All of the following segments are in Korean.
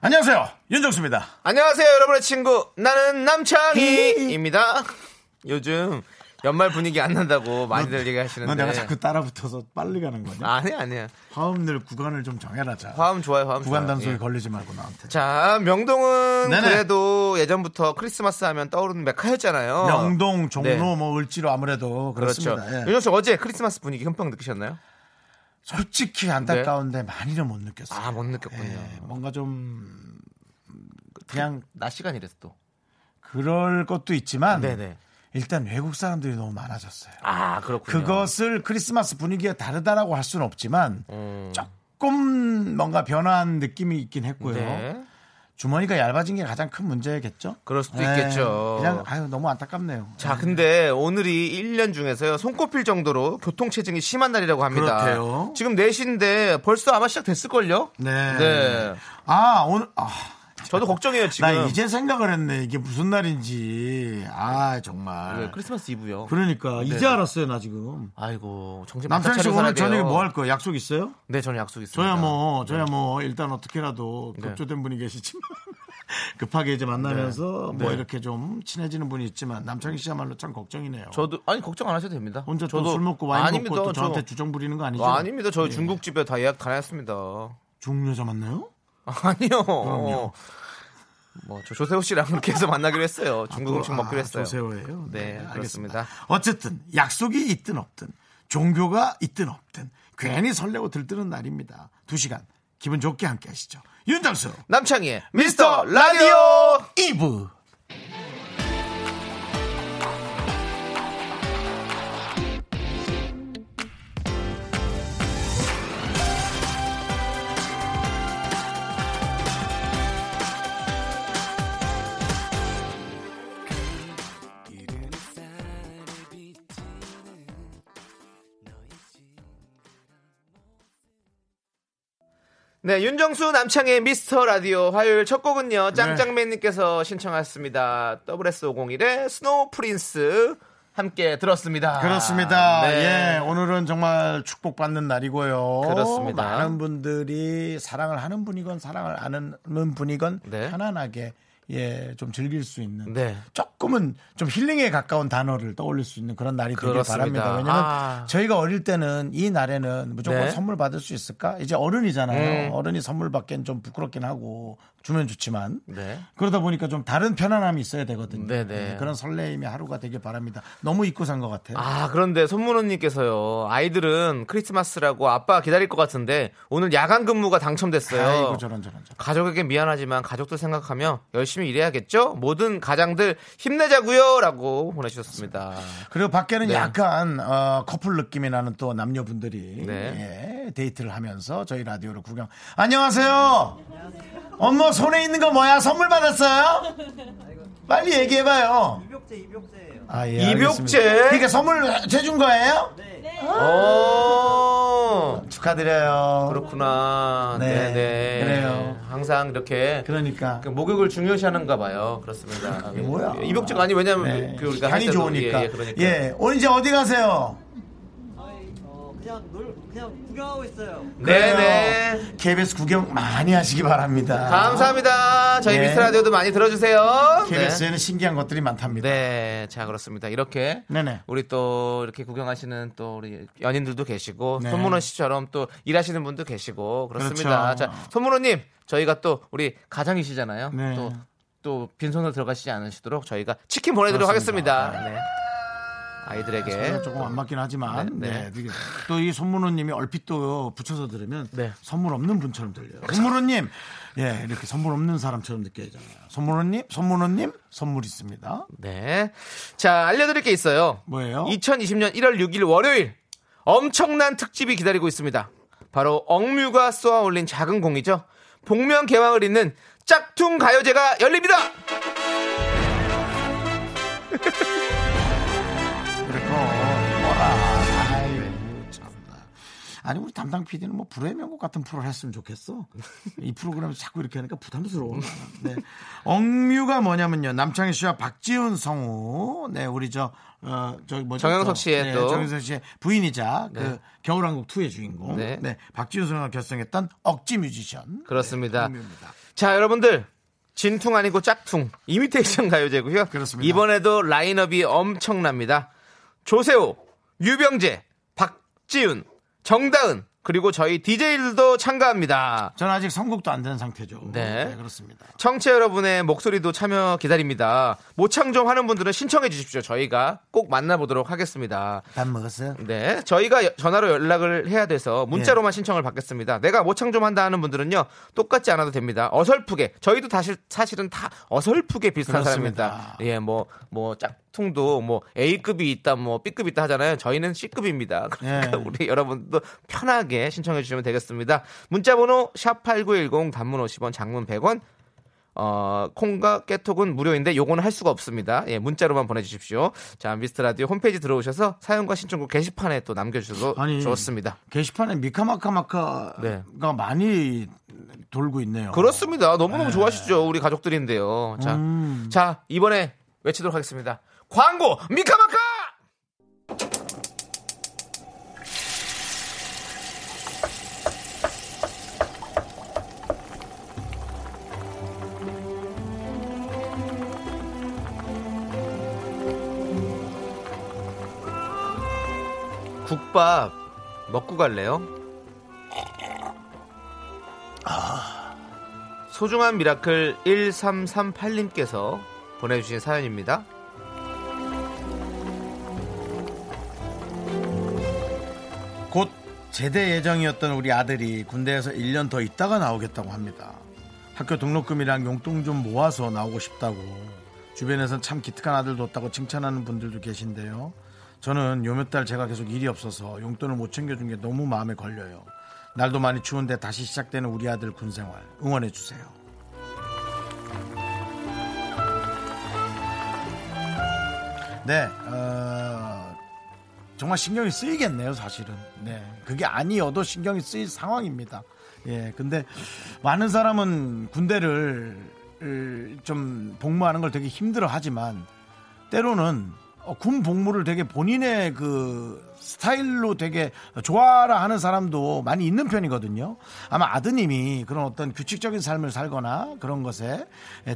안녕하세요. 윤정수입니다. 안녕하세요, 여러분의 친구. 나는 네. 남창희입니다. 요즘 연말 분위기 안 난다고 많이들 너 얘기하시는데. 내가 자꾸 따라 붙어서 빨리 가는 거냐? 아니, 아니야. 화음을 구간을 좀 정해라. 자. 화음 좋아요, 화음 구간 좋아요. 단속에 예. 걸리지 말고 나한테. 자, 명동은 네네. 그래도 예전부터 크리스마스 하면 떠오르는 메카였잖아요. 명동, 종로, 어. 네. 뭐 을지로 아무래도 그렇죠. 그렇습니다. 예. 윤정 씨 어제 크리스마스 분위기 흠뻑 느끼셨나요? 솔직히 안타까운데 많이는 못 느꼈어요. 아, 못 느꼈군요. 예, 뭔가 좀 그냥 낮 시간이라서 또. 그럴 것도 있지만 네네. 일단 외국 사람들이 너무 많아졌어요. 아, 그렇군요. 그것을 크리스마스 분위기에 다르다라고 할 수는 없지만 음. 조금 뭔가 변화한 느낌이 있긴 했고요. 네. 주머니가 얇아진 게 가장 큰 문제겠죠? 네. 그럴 수도 있겠죠. 그냥 아유 너무 안타깝네요. 자, 근데 오늘이 1년 중에서요, 손꼽힐 정도로 교통체증이 심한 날이라고 합니다. 그렇대요. 지금 4시인데 벌써 아마 시작됐을걸요? 네. 네. 아 오늘 아, 저도 걱정해요, 지금. 나 이제 생각을 했네. 이게 무슨 날인지. 아 정말. 네, 크리스마스 이브요. 그러니까 이제 알았어요 나 지금. 아이고, 정신 바짝 남창 씨 네, 차리고 오늘 살아야 저녁에 돼요. 뭐 할 거예요? 약속 있어요? 네, 저는 약속 있습니다. 저야 뭐 저야 뭐 일단 어떻게라도 네. 급조된 분이 계시지만 급하게 이제 만나면서 네. 뭐 이렇게 좀 친해지는 분이 있지만 남창희 씨야말로 참 걱정이네요. 저도 아니 걱정 안 하셔도 됩니다. 혼자 저도 또술 먹고 와인 아닙니다. 먹고 또 저- 저한테 주정 부리는 거 아니죠? 아, 아닙니다. 저희 중국집에 다 예약 다 했습니다. 중여자 만나요? 아니요. 뭐, 저 조세호 씨랑 그렇게 해서 만나기로 했어요. 중국 음식 먹기로 했어요. 아, 조세호예요. 네, 그렇습니다. 어쨌든 약속이 있든 없든 종교가 있든 없든 괜히 설레고 들뜨는 날입니다. 두 시간 기분 좋게 함께 하시죠. 윤정수 남창희의 미스터 라디오! 이브 네, 윤정수 남창의 미스터 라디오 화요일 첫 네. 곡은요. 짱짱맨님께서 신청하셨습니다. WS501의 스노우 프린스 함께 들었습니다. 아, 그렇습니다. 네. 예, 오늘은 정말 축복받는 날이고요. 그렇습니다. 많은 분들이 사랑을 하는 분이건 사랑을 안 하는 분이건 네. 편안하게 예, 좀 즐길 수 있는 네. 조금은 좀 힐링에 가까운 단어를 떠올릴 수 있는 그런 날이 되길 그렇습니다. 바랍니다. 왜냐하면 아. 저희가 어릴 때는 이 날에는 무조건 네. 선물 받을 수 있을까? 이제 어른이잖아요. 어른이 선물 받기엔 좀 부끄럽긴 하고 주면 좋지만 네. 그러다 보니까 좀 다른 편안함이 있어야 되거든요. 네네. 예, 그런 설레임의 하루가 되길 바랍니다. 너무 잊고 산 것 같아요. 아, 그런데 손문호님께서요. 아이들은 크리스마스라고 아빠 기다릴 것 같은데 오늘 야간 근무가 당첨됐어요. 아이고 저런 저런 저런. 가족에게 미안하지만 가족도 생각하며 열심히 일해야겠죠? 모든 가장들 힘내자고요 라고 보내주셨습니다. 그리고 밖에는 네. 약간 어, 커플 느낌이 나는 또 남녀분들이 네. 예, 데이트를 하면서 저희 라디오를 구경. 안녕하세요. 엄마 손에 있는 거 뭐야? 선물 받았어요? 빨리 얘기해봐요. 아, 예, 입욕제? 알겠습니다. 그러니까 선물 해준 거예요? 오! 축하드려요. 그렇구나. 네, 네, 네. 그래요. 항상 이렇게 그러니까. 그 목욕을 중요시하는가 봐요. 그렇습니다. 이게 아, 뭐야? 입욕증 아니 왜냐면 네. 그 우리가 할 향이 때도 좋으니까. 예, 예, 예, 그러니까. 오늘 이제 어디 가세요? 그냥 놀 그냥 구경하고 있어요. 네, 그래요. 네. KBS 구경 많이 하시기 바랍니다. 감사합니다. 저희 네. 미스 라디오도 많이 들어주세요. KBS에는 신기한 것들이 네. 많답니다. 네, 자 그렇습니다. 이렇게 네네. 우리 또 이렇게 구경하시는 또 우리 연인들도 계시고 네. 손문호 씨처럼 또 일하시는 분도 계시고 그렇습니다. 그렇죠. 자 손문호님 저희가 또 우리 가장이시잖아요. 네. 또 또 빈손으로 들어가시지 않으시도록 저희가 치킨 보내드리도록 그렇습니다. 하겠습니다. 네. 아이들에게 저는 조금 안 맞긴 하지만 네, 네. 또 이 손문호님이 얼핏 또 붙여서 들으면 네. 선물 없는 분처럼 들려요. 손문호님 예 이렇게 선물 없는 사람처럼 느껴지잖아요. 손문호님 손문호님 선물 있습니다. 네. 자, 알려드릴 게 있어요. 뭐예요? 2020년 1월 6일 월요일 엄청난 특집이 기다리고 있습니다. 바로 억류가 쏘아올린 작은 공이죠. 복면 개왕을 잇는 짝퉁 가요제가 열립니다. 그랬고 뭐라 아이고 참나 아니 우리 담당 PD는 뭐 불의 명곡 같은 프로를 했으면 좋겠어 이 프로그램에서 자꾸 이렇게 하니까 부담스러워 네. 억류가 뭐냐면요 남창희 씨와 박지훈 성우 네 우리 저 어, 저기 뭐죠? 정영석 저, 씨의 네, 또. 정영석 씨의 부인이자 그 네. 겨울왕국 2의 주인공 네. 네, 박지훈 성우가 결성했던 억지 뮤지션 네, 그렇습니다. 억류입니다. 자, 여러분들. 진퉁 아니고 짝퉁. 이미테이션 가요제고요. 그렇습니다. 이번에도 라인업이 엄청납니다. 조세호, 유병재, 박지훈, 정다은, 그리고 저희 DJ들도 참가합니다. 저는 아직 선곡도 안 된 상태죠 네. 그렇습니다 청취 자 여러분의 목소리도 참여 기다립니다. 모창 좀 하는 분들은 신청해 주십시오. 저희가 꼭 만나보도록 하겠습니다. 밥 먹었어요? 네, 저희가 여- 전화로 연락을 해야 돼서 예. 문자로만 신청을 받겠습니다. 내가 모창 좀 한다 하는 분들은요, 똑같지 않아도 됩니다. 어설프게 저희도 다시 사실은 다 어설프게 비슷한 그렇습니다. 사람입니다. 예, 뭐 뭐 짝퉁도 뭐 A급이 있다, 뭐 B급이 있다 하잖아요. 저희는 C급입니다. 그러니까 예. 우리 여러분도 편하게 신청해 주시면 되겠습니다. 문자번호 샵 #8910 단문 50원, 장문 100원. 어, 콩과 깨톡은 무료인데 요거는 할 수가 없습니다. 예, 문자로만 보내주십시오. 자, 미스터 라디오 홈페이지 들어오셔서 사연과 신청곡 게시판에 또 남겨주셔도 아니. 좋습니다. 게시판에 미카마카마카가 네. 그렇죠. 많이 돌고 있네요. 음. 그렇습니다. 너무너무 좋아하시죠. 우리 가족들인데요. 자, 자, 이번에 외치도록 하겠습니다. 광고! 미카마카! 국밥 먹고 갈래요? 소중한 미라클 1338님께서 보내주신 사연입니다. 곧 제대 예정이었던 우리 아들이 군대에서 1년 더 있다가 나오겠다고 합니다. 학교 등록금이랑 용돈 좀 모아서 나오고 싶다고 주변에선 참 기특한 아들 뒀다고 칭찬하는 분들도 계신데요. 저는 요 몇 달 제가 계속 일이 없어서 용돈을 못 챙겨준 게 너무 마음에 걸려요. 날도 많이 추운데 다시 시작되는 우리 아들 군생활 응원해 주세요. 네, 어, 정말 신경이 쓰이겠네요, 사실은. 네. 그게 아니어도 신경이 쓰일 상황입니다. 예. 근데 많은 사람은 군대를 을, 좀 복무하는 걸 되게 힘들어 하지만 때로는 어, 군 복무를 되게 본인의 그 스타일로 되게 좋아라 하는 사람도 많이 있는 편이거든요. 아마 아드님이 그런 어떤 규칙적인 삶을 살거나 그런 것에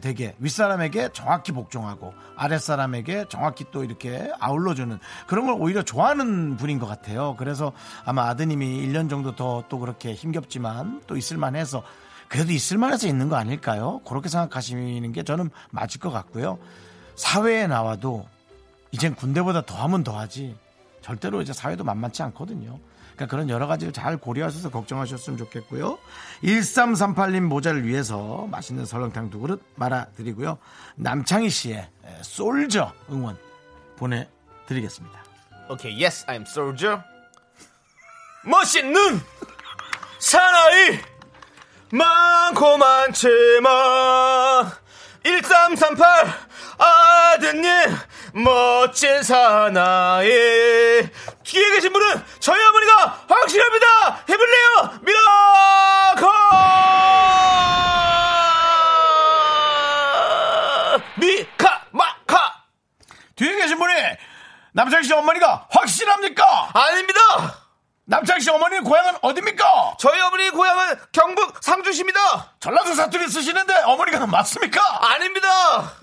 되게 윗사람에게 정확히 복종하고 아랫사람에게 정확히 또 이렇게 아울러주는 그런 걸 오히려 좋아하는 분인 것 같아요. 그래서 아마 아드님이 1년 정도 더 또 그렇게 힘겹지만 또 있을만 해서 그래도 있을만 해서 있는 거 아닐까요? 그렇게 생각하시는 게 저는 맞을 것 같고요. 사회에 나와도 이젠 군대보다 더하면 더하지 절대로 이제 사회도 만만치 않거든요. 그러니까 그런 여러 가지를 잘 고려하셔서 걱정하셨으면 좋겠고요. 1338님 모자를 위해서 맛있는 설렁탕 두 그릇 말아드리고요. 남창희 씨의 솔저 응원 보내드리겠습니다. 오케이, yes, I'm soldier. 멋있는 사나이 많고 많지만 1338 아드님 멋진 사나이 뒤에 계신 분은 저희 어머니가 확실합니다 해볼래요 미라카 미카 마카 뒤에 계신 분이 남창희 씨 어머니가 확실합니까? 아닙니다 남창희 씨 어머니 고향은 어딥니까? 저희 어머니 고향은 경북 상주시입니다. 전라도 사투리 쓰시는데 어머니가 맞습니까? 아닙니다.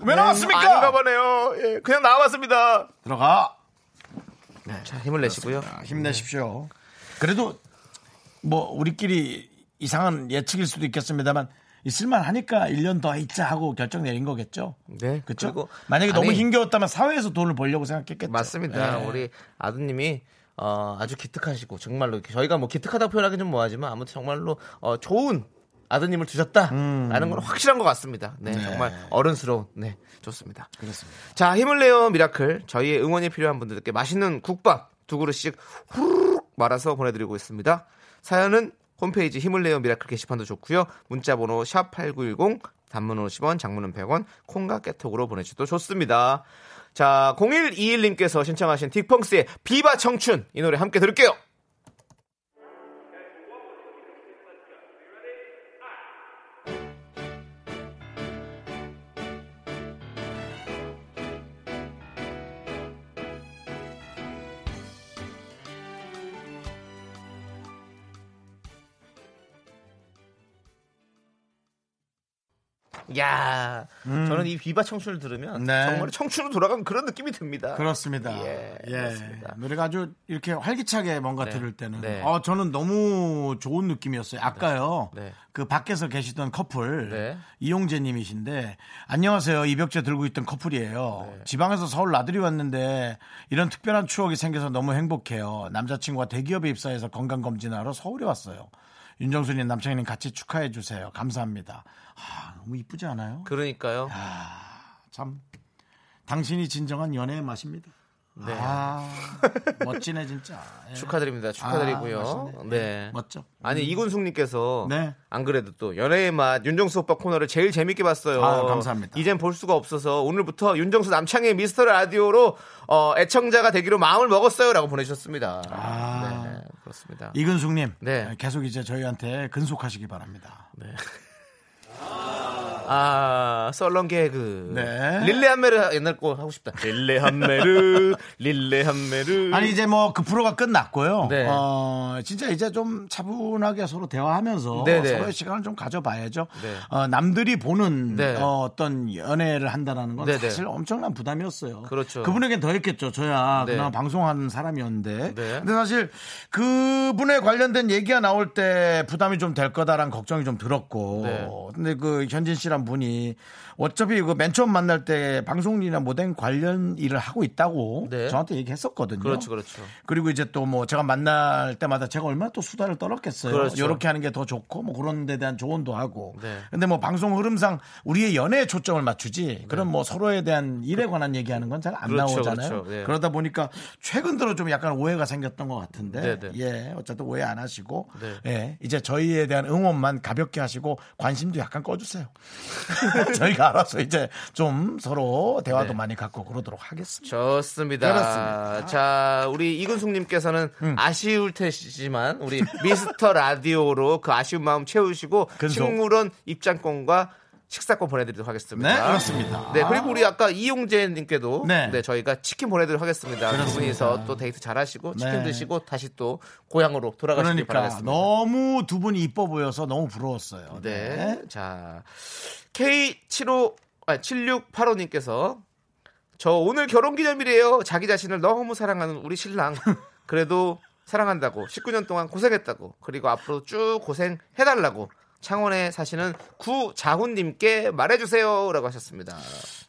왜 나왔습니까? 네. 아닌가 보네요. 예, 그냥 나왔습니다. 들어가. 네, 자, 힘을 내시고요. 아, 힘내십시오. 그래도 뭐 우리끼리 이상한 예측일 수도 있겠습니다만 있을만 하니까 1년 더 있자 하고 결정 내린 거겠죠. 네, 그렇죠. 그리고- 만약에 너무 아니- 힘겨웠다면 사회에서 돈을 벌려고 생각했겠죠. 맞습니다. 예. 우리 아드님이 어, 아주 기특하시고 정말로 이렇게 저희가 뭐 기특하다고 표현하기 좀 뭐하지만 아무튼 정말로 어, 좋은 아드님을 두셨다라는 건 확실한 것 같습니다. 음. 네, 정말 어른스러운 네 좋습니다. 그렇습니다. 자, 힘을 내요 미라클. 저희의 응원이 필요한 분들께 맛있는 국밥 두 그릇씩 후루룩 말아서 보내드리고 있습니다. 사연은 홈페이지 힘을 내요 미라클 게시판도 좋고요. 문자 번호 샵8910 단문 50원, 장문은 100원, 콩과 깨톡으로 보내주셔도 좋습니다. 자, 0121님께서 신청하신 딕펑스의 비바 청춘 이 노래 함께 들을게요. 야, 저는 이 비바 청춘을 들으면 음. 네. 정말 청춘으로 돌아간 그런 느낌이 듭니다. 그렇습니다. 예, 예, 그렇습니다. 노래가 아주 이렇게 활기차게 뭔가 네. 들을 때는 네. 어 저는 너무 좋은 느낌이었어요. 아까요. 네. 네. 그 밖에서 계시던 커플 네. 이용재 님이신데 안녕하세요. 이벽제 들고 있던 네. 커플이에요. 지방에서 서울 나들이 왔는데 이런 특별한 추억이 생겨서 너무 행복해요. 남자친구가 대기업에 입사해서 건강 검진하러 서울에 왔어요. 윤정수 님, 남창희 님 같이 축하해 주세요. 감사합니다. 아, 너무 이쁘지 않아요? 그러니까요. 참 당신이 진정한 연애의 맛입니다. 네. 아 멋지네 진짜. 예. 축하드립니다. 축하드리고요. 아, 네. 멋져. 아니 이군숙님께서 음. 네. 안 그래도 또 연애의 맛 윤정수 오빠 코너를 제일 재밌게 봤어요. 아유, 감사합니다. 이젠 볼 수가 없어서 오늘부터 윤정수 남창의 미스터 라디오로 어, 애청자가 되기로 마음을 먹었어요라고 보내주셨습니다. 아. 네, 그렇습니다. 이근숙님, 네. 계속 이제 저희한테 근속하시기 바랍니다. 아 썰렁 개그. 네. 릴레 한메르 옛날 거 하고 싶다. 릴레 한메르, 릴레 한메르. 아니 이제 뭐 그 프로가 끝났고요. 네. 어, 진짜 이제 좀 차분하게 서로 대화하면서 네, 네. 서로의 시간을 좀 가져봐야죠. 네. 어, 남들이 보는 네. 어, 어떤 연애를 한다라는 건 네, 네. 사실 엄청난 부담이었어요. 그렇죠. 그분에겐 더했겠죠. 저야 네. 그나마 방송하는 사람이었는데. 네. 근데 사실 그분에 관련된 얘기가 나올 때 부담이 좀 될 거다라는 걱정이 좀 들었고. 네. 근데 그 현진 씨란 분이 어차피 그 맨 처음 만날 때 방송이나 모델 관련 일을 하고 있다고 네. 저한테 얘기했었거든요. 그렇죠, 그렇죠. 그리고 이제 또 뭐 제가 만날 때마다 제가 얼마나 또 수다를 떨었겠어요. 그렇죠. 이렇게 하는 게 더 좋고 뭐 그런 데 대한 조언도 하고. 네. 근데 뭐 방송 흐름상 우리의 연애에 초점을 맞추지 그런 뭐 서로에 대한 일에 관한 얘기하는 건 잘 안 네. 그렇죠, 나오잖아요. 그렇죠. 네. 러다 보니까 최근 들어 좀 약간 오해가 생겼던 것 같은데 네, 네. 예 어쨌든 오해 안 하시고 네. 예 이제 저희에 대한 응원만 가볍게 하시고 관심도 약간 꺼주세요. 저희가 알아서 이제 좀 서로 대화도 네. 많이 갖고 그러도록 하겠습니다. 좋습니다. 그렇습니다. 음. 자, 우리 이근숙님께서는 아쉬울 테시지만 우리 미스터 라디오로 그 아쉬운 마음 채우시고 근속. 식물원 입장권과 식사권 보내드리도록 하겠습니다. 네, 그렇습니다. 네, 그리고 우리 아까 이용재님께도 네. 네. 저희가 치킨 보내드리도록 하겠습니다. 두 분이서 또 데이트 잘하시고 치킨 네. 드시고 다시 또 고향으로 돌아가시길 그러니까 바라겠습니다. 너무 두 분이 이뻐 보여서 너무 부러웠어요. 네. 자, K75, 아, 7685님께서 저 오늘 결혼 기념일이에요. 자기 자신을 너무 사랑하는 우리 신랑. 그래도 사랑한다고. 19년 동안 고생했다고. 그리고 앞으로 쭉 고생해달라고. 창원에 사시는 구자훈님께 말해주세요. 라고 하셨습니다.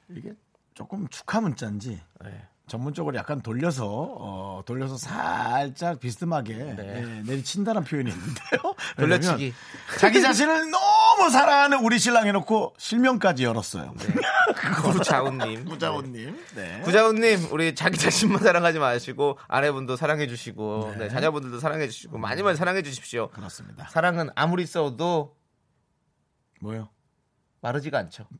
이게 조금 축하 문자인지 네. 전문적으로 약간 돌려서 어, 돌려서 살짝 비스듬하게 예, 내리친다는 표현이 있는데요. 네. 돌려치기. 왜냐면 자기 자신을 너무 사랑하는 우리 신랑 해놓고 실명까지 열었어요. 구자훈님. 구자원님. 네. 네. 구자훈님, 우리 자기 자신만 사랑하지 마시고, 아내분도 사랑해주시고, 네, 자녀분들도 사랑해주시고, 많이 많이 사랑해주십시오. 그렇습니다. 사랑은 아무리 써도 뭐요? 마르지가 않죠. 아.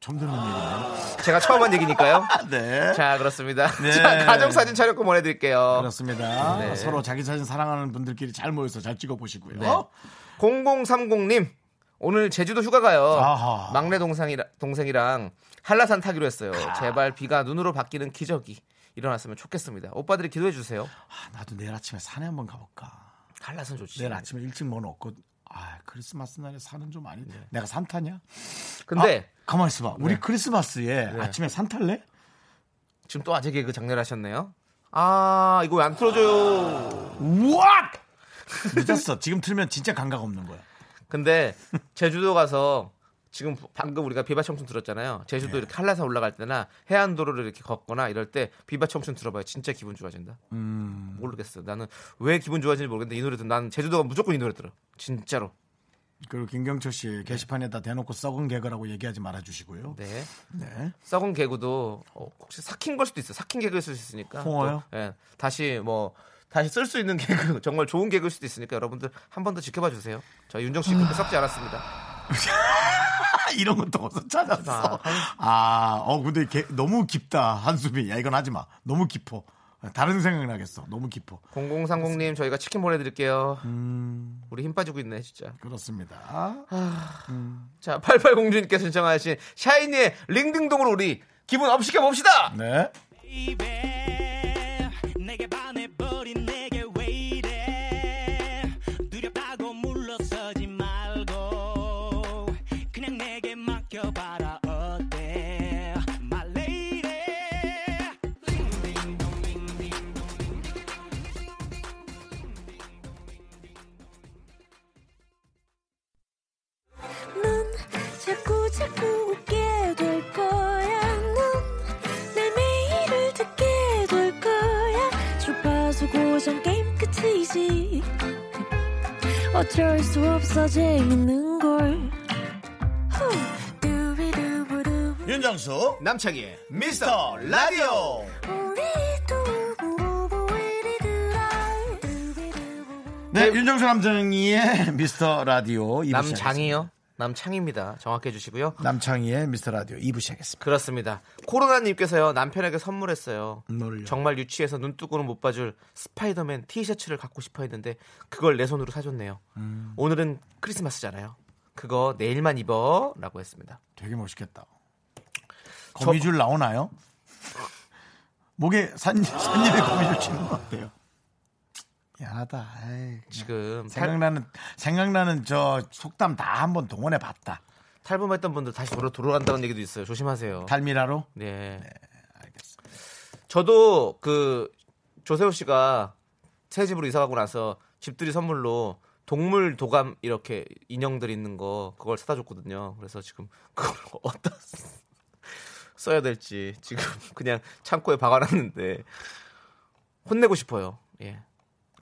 처음 들은 얘기네요. 제가 처음 한 얘기니까요. 네. 자, 그렇습니다. 자, 가정사진 촬영권 보내드릴게요. 그렇습니다. 네. 서로 자기 자신 사랑하는 분들끼리 잘 모여서 잘 찍어 보시고요. 네. 0030님, 오늘 제주도 휴가 가요. 아하. 막내 동생이라, 동생이랑 한라산 타기로 했어요. 아. 제발 비가 눈으로 바뀌는 기적이 일어났으면 좋겠습니다. 오빠들이 기도해주세요. 아, 나도 내일 아침에 산에 한번 가볼까. 한라산 좋지. 내일 아침에 일찍 뭐 먹고 아 크리스마스 날에 산은 좀 아니 내가 산 타냐? 근데 네. 아, 네. 가만 있어봐 우리 크리스마스에 아침에 산 탈래? 지금 또 아재 개그 장렬하셨네요. 아, 이거 왜 안 틀어줘요. 우악 늦었어 지금 틀면 진짜 감각 없는 거야 근데 제주도 가서 지금 방금 우리가 비바 청춘 들었잖아요. 제주도 이렇게 한라산 올라갈 때나 해안도로를 이렇게 걷거나 이럴 때 비바 청춘 들어봐요. 진짜 기분 좋아진다. 모르겠어. 나는 왜 기분 좋아지는지 모르겠는데 이 노래 들으면 난 제주도가 무조건 이 노래 들어. 진짜로. 그리고 김경철 씨 게시판에다 대놓고 썩은 개그라고 얘기하지 말아주시고요 네. 네. 썩은 개구도 어, 혹시 삭힌 걸 수도 있어. 삭힌 개그일 수도 있으니까. 홍어요? 또, 예. 다시 뭐 다시 쓸 수 있는 개그 정말 좋은 개그일 수도 있으니까 여러분들 한 번 더 지켜봐 주세요. 저희 윤정 씨 그렇게 썩지 않았습니다. 이런 것도 어서 찾았어. 아, 아, 어, 근데 걔 너무 깊다. 한숨이. 야, 이건 하지 마. 너무 깊어. 다른 생각 나겠어. 너무 깊어. 0030님 저희가 치킨 보내드릴게요. 음. 우리 힘 빠지고 있네 진짜. 그렇습니다. 자 8806님께서 신청하신 샤이니의 링딩동으로 우리 기분 업 시켜 봅시다. 네. 내게 반해버린 내게 왜 이래 두렵다고 물러서지 말고 그냥 내게 맡겨봐라 어때 My lady 넌 자꾸 자꾸 웃게 될 거야. 넌내 매일을 듣게 될 거야. 주파수 고정 게임 끝이지. 어쩔 수 없어 재밌는 걸. 후. 두비두부두. 윤정수, 남창희의 미스터 라디오. 우리 두부부부 우리 두라. 두비두부부. 네, 윤정수 남창희의 미스터 라디오. 이부 시작했습니다. 남장이요. 남창입니다. 정확해 주시고요. 남창희의 미스터 라디오 2부 시작했습니다. 그렇습니다. 코로나님께서요 남편에게 선물했어요. 뭘요? 정말 유치해서 눈뜨고는 못 봐줄 스파이더맨 티셔츠를 갖고 싶어 했는데 그걸 내 손으로 사줬네요. 음. 오늘은 크리스마스잖아요. 그거 내일만 입어라고 했습니다. 되게 멋있겠다. 거미줄 나오나요? 목에 산, 산잎에 거미줄 치는 거 어때요? 미안하다. 에이, 지금 탈, 생각나는 생각나는 저 속담 다 한번 동원해 봤다. 탈북했던 분들 다시 돌아 돌아간다는 얘기도 있어요. 조심하세요. 탈미라로 네. 알겠습니다. 저도 그 조세호 씨가 새 집으로 이사 가고 나서 집들이 선물로 동물 도감 이렇게 인형들 있는 거 그걸 사다 줬거든요. 그래서 지금 그걸 어디다 써야 될지 지금 그냥 창고에 박아놨는데 혼내고 싶어요. 예.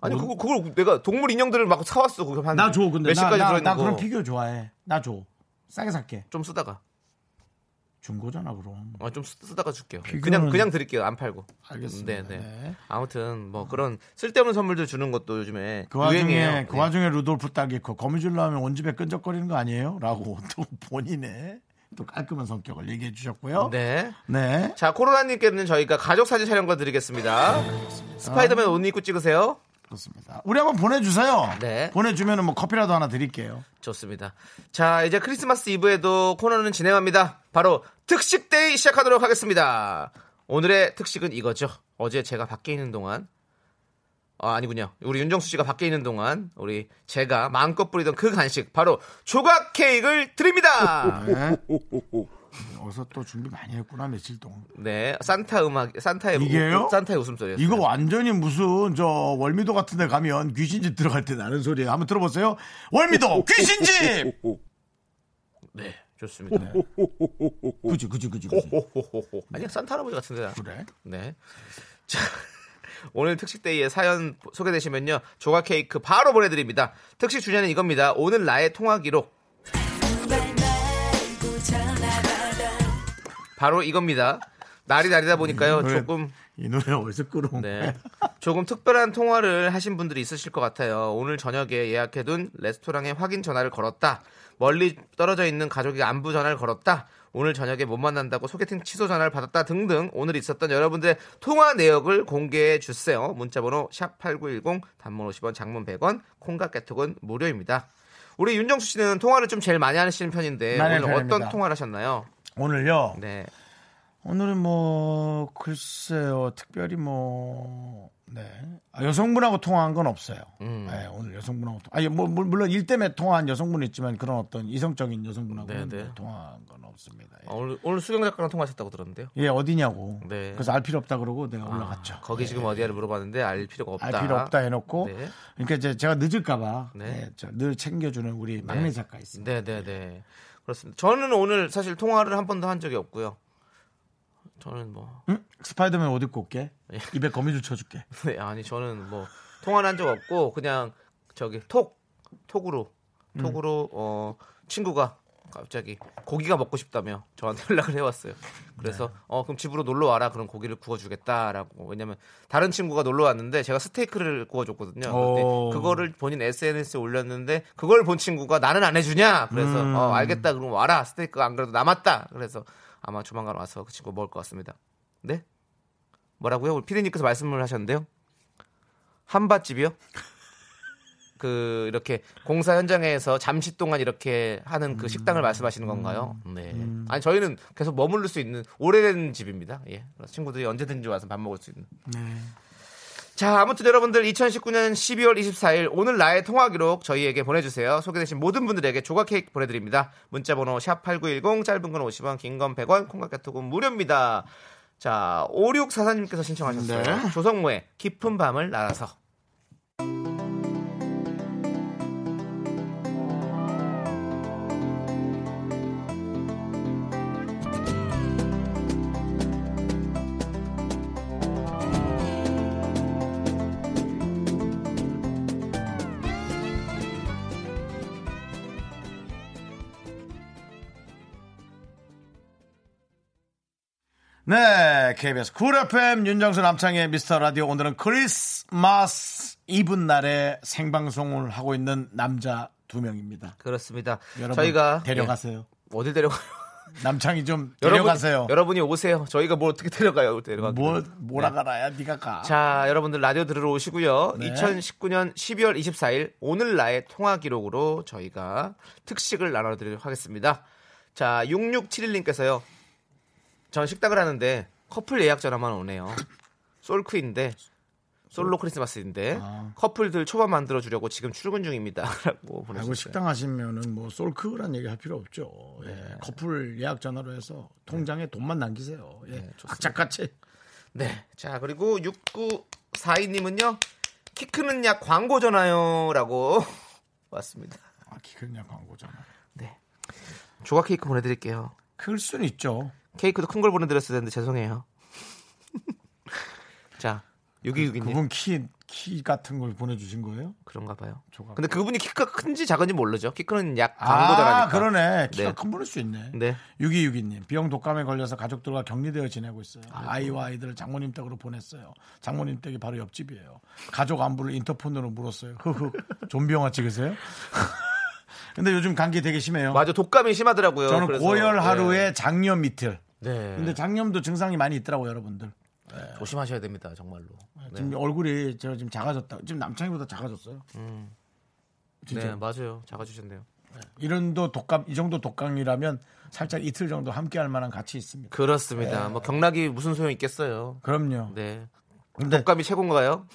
아니 그거 그걸 내가 동물 인형들을 막 사왔어. 그거 한 나 줘. 근데 나, 몇 시까지 나, 들어있는 나 거. 그런 피규어 좋아해. 나 줘. 싸게 살게. 좀 쓰다가 중고잖아 그럼. 어, 좀 쓰- 쓰다가 줄게요. 비교는- 그냥 그냥 드릴게요. 안 팔고. 알겠습니다. 네, 네. 네. 아무튼 뭐 그런 쓸데없는 선물들 주는 것도 요즘에 그 와중에 유행이에요. 그 와중에 루돌프 딱이 그 거미줄 나오면 온 집에 끈적거리는 거 아니에요? 라고 또 본인의 또 깔끔한 성격을 얘기해 주셨고요. 네. 네. 자 코로나님께는 저희가 가족 사진 촬영과 드리겠습니다. 스파이더맨 옷 입고 찍으세요. 그렇습니다. 우리 한번 보내주세요. 네. 보내주면 뭐 커피라도 하나 드릴게요. 좋습니다. 자 이제 크리스마스 이브에도 코너는 진행합니다. 바로 특식데이 시작하도록 하겠습니다. 오늘의 특식은 이거죠. 어제 제가 밖에 있는 동안 아, 아니군요. 우리 윤정수 씨가 밖에 있는 동안 우리 제가 마음껏 부리던 그 간식 바로 조각 케이크를 드립니다. 네. 어서 또 준비 많이 했구나 며칠 동안. 네, 산타 음악, 산타의 우- 이게요? 산타의 웃음소리예요. 이거 완전히 무슨 저 월미도 같은 데 가면 귀신집 들어갈 때 나는 소리예요. 한번 들어보세요. 월미도 귀신집. 네, 좋습니다. 그지 그지 그지 그지. 호호호호. 아니야 산타 할아버지 같은데. 그래. 네. 자, 오늘 특식데이에 사연 소개되시면요. 조각 케이크 바로 보내드립니다. 특식 주제는 이겁니다. 오늘 나의 통화 기록. 바로 이겁니다. 날이 날이다 보니까요. 왜- 조금 이 노래 어디서 끌어온 네. 거야? 조금 특별한 통화를 하신 분들이 있으실 것 같아요. 오늘 저녁에 예약해둔 레스토랑에 확인 전화를 걸었다. 멀리 떨어져 있는 가족에게 안부 전화를 걸었다. 오늘 저녁에 못 만난다고 소개팅 취소 전화를 받았다 등등 오늘 있었던 여러분들의 통화 내역을 공개해 주세요. 문자번호 샵8910 단문 50원 장문 100원 콩과 깨톡은 무료입니다. 우리 윤정수 씨는 통화를 좀 제일 많이 하시는 편인데 많이 오늘 편입니다. 어떤 통화를 하셨나요? 오늘요. 네. 오늘은 뭐 글쎄요. 특별히 뭐 네. 아, 여성분하고 통화한 건 없어요. 음. 네, 오늘 여성분하고 통화. 아니 뭐 물- 물론 일 때문에 통화한 여성분 있지만 그런 어떤 이성적인 여성분하고는 뭐 네, 네. 통화한 건 없습니다. 예. 어, 오늘, 오늘 수경 작가랑 통화하셨다고 들었는데요. 예, 어디냐고. 네. 아, 그래서 알 필요 없다 그러고 내가 올라갔죠. 거기 예. 지금 어디야를 물어봤는데 알 필요가 없다. 알 필요 없다 해놓고 네. 그러니까 이제 제가 늦을까봐 네. 예, 저늘 챙겨주는 우리 막내 작가 있습니다. 네, 네, 네. 그렇습니다. 저는 오늘 사실 통화를 한 번도 한 적이 없고요. 저는 뭐 응? 스파이더맨 옷 입고 올게. 예. 입에 거미줄 쳐줄게. 네, 아니 저는 뭐 통화를 한 적 없고 그냥 저기 톡 톡으로 톡으로 어 친구가 갑자기 고기가 먹고 싶다며 저한테 연락을 해왔어요. 그래서 어 그럼 집으로 놀러 와라. 그럼 고기를 구워주겠다라고. 왜냐면 다른 친구가 놀러 왔는데 제가 스테이크를 구워줬거든요. 오. 근데 그거를 본인 SNS에 올렸는데 그걸 본 친구가 나는 안 해주냐. 그래서 어 알겠다. 그럼 와라. 스테이크 안 그래도 남았다. 그래서 아마 조만간 와서 그 친구 먹을 것 같습니다. 네? 뭐라고요? 우리 피디님께서 말씀을 하셨는데요. 한밭집이요? 그 이렇게 공사 현장에서 잠시 동안 이렇게 하는 그 식당을 말씀하시는 건가요? 네. 아니 저희는 계속 머무를 수 있는 오래된 집입니다. 예. 그래서 친구들이 언제든지 와서 밥 먹을 수 있는. 자, 아무튼 여러분들 2019년 12월 24일 오늘 나의 통화 기록 저희에게 보내주세요. 소개되신 모든 분들에게 조각 케이크 보내드립니다. 문자번호 샵 #8910 짧은 건 50원, 긴 건 100원, 콩깍개톡은 무료입니다. 자, 5644님께서 신청하셨어요. 네. 조성모의 깊은 밤을 날아서. 네, KBS 쿨 FM 윤정수 남창의 미스터 라디오 오늘은 크리스마스 이브 날에 생방송을 하고 있는 남자 두 명입니다. 그렇습니다. 여러분 저희가 데려가세요. 예, 어딜 데려가? 남창이 좀 데려가세요. 여러분, 이 오세요. 저희가 뭘 어떻게 데려가요? 데려가. 뭐 몰아가라야 네가 가. 자, 여러분들 라디오 들으러 오시고요. 네. 2019년 12월 24일 오늘 나의 통화 기록으로 저희가 특식을 나눠드리도록 하겠습니다. 자, 6671님께서요. 전 식당을 하는데 커플 예약 전화만 오네요. 솔크인데 솔로 크리스마스인데 아. 커플들 초밥 만들어 주려고 지금 출근 중입니다라고 알고 보내주셨어요. 식당 하시면은 뭐 솔크란 얘기 할 필요 없죠. 예, 네. 커플 예약 전화로 해서 통장에 돈만 남기세요. 예. 악착같이. 네. 자, 그리고 6942님은요. 키 크는 약 광고잖아요. 라고 왔습니다. 아, 기근약 광고잖아. 네. 조각 케이크 보내드릴게요. 클 수는 있죠. 케이크도 큰 걸 보내드렸어야 되는데 죄송해요. 자, 유기유기님. 그분 키, 키 같은 걸 보내주신 거예요? 그런가 봐요. 조각. 근데 그분이 키가 큰지 작은지 모르죠. 키 크는 약 광고잖아요. 아, 그러네. 키가 네. 큰 분일 수 있네. 네. 6262님, 비형 독감에 걸려서 가족들과 격리되어 지내고 있어요. 아이와 아이들을 장모님 댁으로 보냈어요. 장모님 댁이 바로 옆집이에요. 가족 안부를 인터폰으로 물었어요. 흐흐, 좀비 영화 찍으세요? 근데 요즘 감기 되게 심해요. 맞아, 독감이 심하더라고요. 저는 그래서, 고열 네. 하루에 장염 이틀. 네. 근데 장염도 증상이 많이 있더라고요, 여러분들. 조심하셔야 됩니다, 정말로. 네. 지금 얼굴이 제가 지금 작아졌다. 지금 남창이보다 작아졌어요. 진짜. 음. 네, 맞아요. 작아주셨네요. 이런도 독감 이 정도 독감이라면 살짝 이틀 정도 함께할 만한 가치 있습니다. 그렇습니다. 뭐 경락이 무슨 소용 있겠어요. 그럼요. 네. 근데 독감이 최고인가요?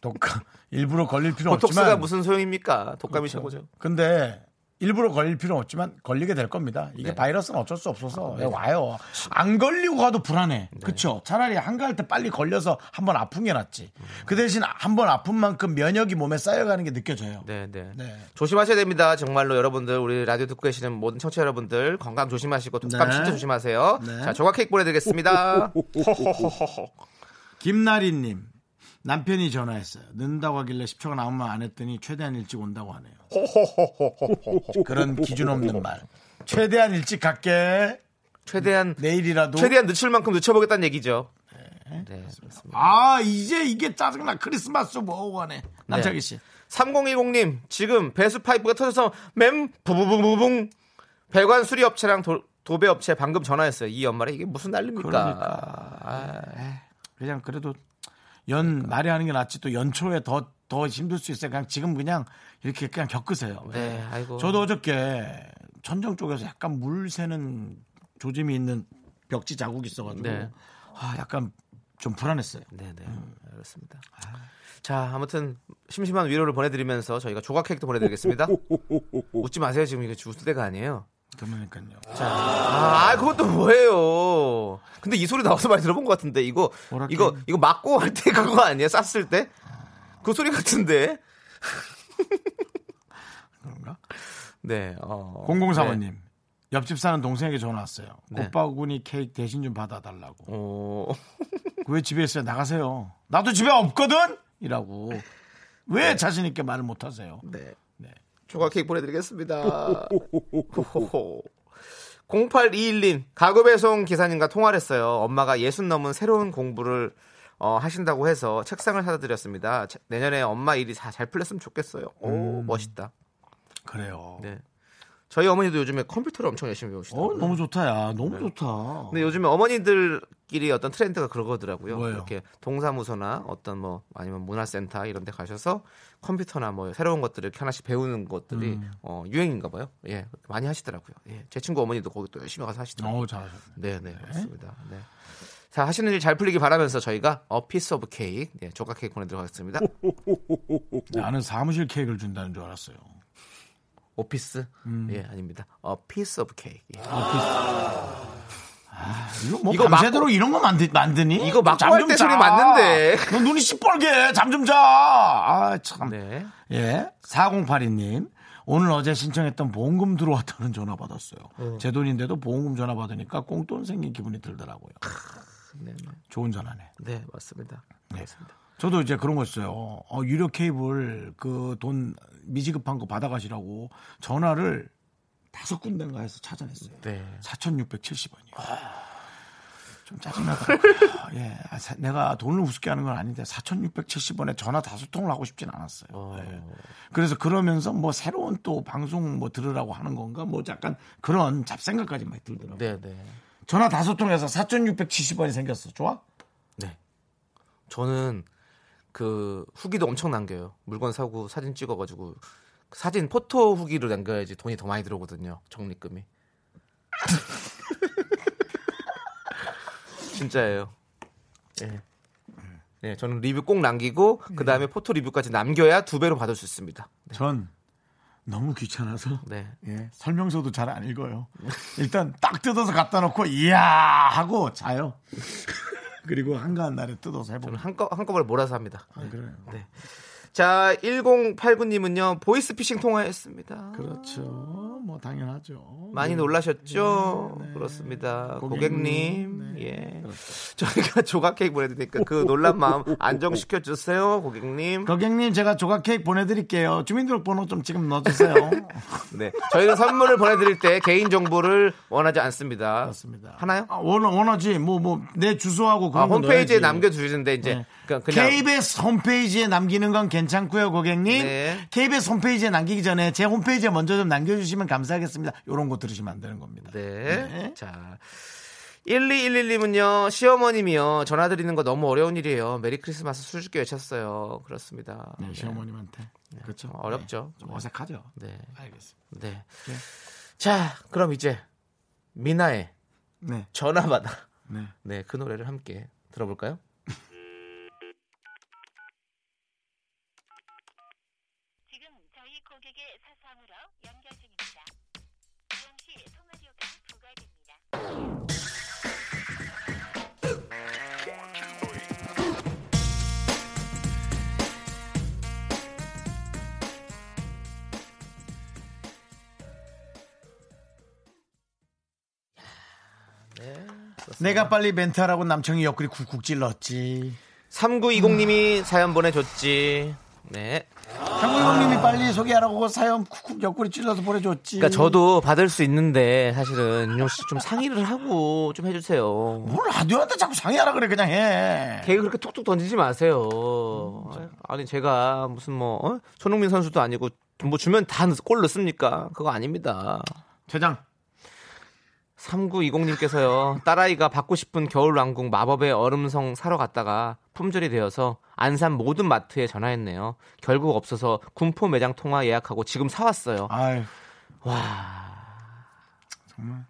독감 일부러 걸릴 필요 보톡스가 없지만 무슨 소용입니까? 독감이 최고죠. 근데 일부러 걸릴 필요는 없지만 걸리게 될 겁니다. 이게 네. 아, 바이러스는 어쩔 수 없어서 와요. 안 걸리고 가도 불안해. 네. 그렇죠. 차라리 한가할 때 빨리 걸려서 한번 아픈 게 낫지. 그 대신 한 번 아픈 만큼 면역이 몸에 쌓여가는 게 느껴져요. 네, 네. 네. 조심하셔야 됩니다. 정말로 여러분들 우리 라디오 듣고 계시는 모든 청취자 여러분들 건강 조심하시고 독감 네. 진짜 조심하세요. 네. 자, 조각 케이크 보내드리겠습니다. 김나리님 남편이 전화했어요. 늦는다고 하길래 10초간 아무 말 안 했더니 최대한 일찍 온다고 하네요. 그런 기준 없는 말. 최대한 일찍 갈게. 최대한 내일이라도. 최대한 늦출 만큼 늦춰보겠다는 얘기죠. 네, 그렇습니다. 아 이제 이게 짜증나. 크리스마스 뭐하네. 남창희 씨. 3010님 지금 배수 파이프가 터져서 맴 부부부부붕 배관 수리 업체랑 도, 배 업체 방금 전화했어요. 이 연말에 이게 무슨 난리입니까? 그러니까. 아, 그냥 그래도 연 말이 하는 게 낫지 또 연초에 더 더 힘들 수 있어요. 그냥 지금 그냥 이렇게 그냥 겪으세요. 네, 아이고. 저도 어저께 천정 쪽에서 약간 물 새는 조짐이 있는 벽지 자국이 있어가지고 네. 아 약간 좀 불안했어요. 네네 음. 알겠습니다. 아. 자 아무튼 심심한 위로를 보내드리면서 저희가 조각 케이크도 보내드리겠습니다. 웃지 마세요 지금 이거 주스 대가 아니에요. 그러니까요. 아, 아, 그것도 뭐예요? 근데 이 소리 나와서 많이 들어본 것 같은데 이거 뭐라 이거 그래요? 이거 맞고 할 때 그거 아니에요? 쌌을 때? 그 소리 같은데. 그런가? 네. 어. 네. 공공사모님 옆집 사는 동생에게 전화 왔어요. 네. 꽃바구니 케이크 대신 좀 받아달라고. 어. 왜 집에 있어요? 나가세요. 나도 집에 없거든. 이라고 왜 자신 있게 말을 못하세요? 네. 네. 조각 케이크 보내드리겠습니다. 호호호. 0821님 가구 배송 기사님과 통화를 했어요. 엄마가 예순 넘은 새로운 공부를 어, 하신다고 해서 책상을 사다 드렸습니다. 차- 내년에 엄마 일이 다 잘 풀렸으면 좋겠어요. 오 멋있다. 그래요. 네. 저희 어머니도 요즘에 컴퓨터를 엄청 열심히 배우시더라고요. 어 너무 좋다 야 네. 너무 좋다. 근데 요즘에 어머니들끼리 어떤 트렌드가 그러더라고요. 뭐예요? 이렇게 동사무소나 어떤 뭐 아니면 문화센터 이런 데 가셔서 컴퓨터나 뭐 새로운 것들을 이렇게 하나씩 배우는 것들이 어, 유행인가 봐요. 예. 많이 하시더라고요. 예. 제 친구 어머니도 거기 또 열심히 가서 하시더라고요. 어우 잘하셨네. 네, 네. 맞습니다. 네. 자, 하시는 일 잘 풀리길 바라면서 저희가 어피스 오브 케이크, 예, 조각 케이크 보내 드리겠습니다. 네, 나는 사무실 케이크를 준다는 줄 알았어요. 오피스? 예, 아닙니다. 어피스 오브 케이크. 예. 이거 뭐 이거 밤새도록 막고- 이런 거 만드, 만드니? 이거 막고 잠 할 좀 때 자. 소리 맞는데. 너 눈이 시뻘게. 잠 좀 자. 아, 참. 네. 예. 4082님. 오늘 어제 신청했던 보험금 들어왔다는 전화 받았어요. 제 돈인데도 보험금 전화 받으니까 꽁돈 생긴 기분이 들더라고요. 네, 네. 좋은 전화네. 네, 맞습니다. 그렇습니다. 저도 이제 그런 거 있어요. 어, 유료 케이블 그 돈 미지급한 거 받아가시라고 전화를 다섯 군데인가 해서 찾아냈어요. 네. 아. 4,670원이요. 좀 짜증나다. 예, 아, 사- 내가 돈을 우습게 하는 건 아닌데 4,670원에 전화 다섯 통을 하고 싶진 않았어요. 예. 그래서 그러면서 뭐 새로운 또 방송 뭐 들으라고 하는 건가 뭐 약간 그런 잡생각까지 많이 들더라고요. 네, 네. 전화 다섯 통에서 4,670원이 생겼어. 좋아? 네. 저는 그 후기도 엄청 남겨요. 물건 사고 사진 찍어가지고 그 사진 포토 후기를 남겨야지 돈이 더 많이 들어오거든요. 적립금이. 진짜예요. 예. 네, 저는 리뷰 꼭 남기고 그 네. 다음에 포토 리뷰까지 남겨야 두 배로 받을 수 있습니다. 네. 전 너무 귀찮아서 네. 예, 설명서도 잘 안 읽어요. 일단 딱 뜯어서 갖다 놓고 이야 하고 자요. 그리고 한가한 날에 뜯어서 저는 해보면 한꺼, 한꺼번에 몰아서 합니다. 아, 그래요. 네. 자, 1089님은요 보이스피싱 통화했습니다. 그렇죠. 뭐 당연하죠. 많이 네. 놀라셨죠? 네, 네. 그렇습니다. 고객님. 고객님, 네, 예. 저희가 조각 케이크 보내드리니까 그 놀란 마음 안정시켜 주세요, 고객님. 고객님 제가 조각 케이크 보내드릴게요. 주민등록번호 좀 지금 넣어주세요. 네, 저희는 선물을 보내드릴 때 개인 정보를 원하지 않습니다. 그렇습니다. 하나요? 아, 원어 원어지 뭐 뭐 내 주소하고 아, 그런 거 홈페이지에 넣어야지. 남겨주시는데 이제 네. 그냥, 그냥 KBS 홈페이지에 남기는 건 괜찮고요, 고객님. 네. KBS 홈페이지에 남기기 전에 제 홈페이지에 먼저 좀 남겨주시면 감사하겠습니다. 이런 거 들으시면 안 되는 겁니다. 네. 네. 자. 1211님은요, 시어머님이요, 전화드리는 거 너무 어려운 일이에요. 메리 크리스마스 수줍게 외쳤어요. 그렇습니다. 네, 시어머님한테 그렇죠. 어렵죠. 네, 좀 어색하죠. 네. 알겠습니다. 네. 자, 그럼 이제 미나의 네, 전화받아. 네. 네, 그 노래를 함께 들어볼까요? 지금 저희 고객의 사상으로 연결 중입니다. 미용시 송화료가 부과됩니다. 내가 빨리 멘트하라고 남청이 옆구리 쿡쿡 찔렀지. 3920님이 사연 보내줬지. 네. 장군님이 빨리 소개하라고 사연 쿡쿡 옆구리 찔러서 보내줬지. 그러니까 저도 받을 수 있는데 사실은 윤용 씨 좀 상의를 하고 좀 해주세요. 뭘 라디오한테 자꾸 상의하라 그래 그냥 해. 걔 그렇게 툭툭 던지지 마세요. 아니 제가 무슨 뭐 어? 손흥민 선수도 아니고 뭐 주면 다 골 넣습니까? 그거 아닙니다. 대장 3920님께서요. 딸아이가 받고 싶은 겨울왕국 마법의 얼음성 사러 갔다가 품절이 되어서 안산 모든 마트에 전화했네요. 결국 없어서 군포 매장 통화 예약하고 지금 사왔어요. 아유 와. 정말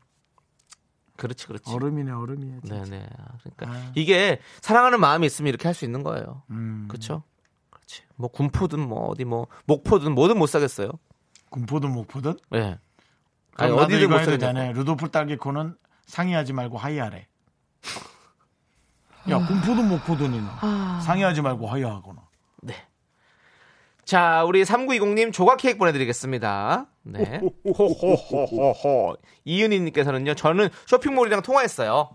그렇지 그렇지. 얼음이네 얼음이야. 진짜. 네네. 아, 그러니까 아유. 이게 사랑하는 마음이 있으면 이렇게 할 수 있는 거예요. 음, 그렇죠? 그렇지. 뭐 군포든 뭐 어디 뭐 목포든 뭐든 못 사겠어요. 군포든 목포든. 예. 그럼 아니 나도 어디든 이거 못 해도 사겠네. 되네. 루도프 딸기코는 상의하지 말고 하의하래. 야 군포든 목포든이나 아. 상의하지 말고 하의하거나. 자, 우리 3920님 조각 케이크 보내드리겠습니다. 네. 호호호호호. 이은희님께서는요, 저는 쇼핑몰이랑 통화했어요.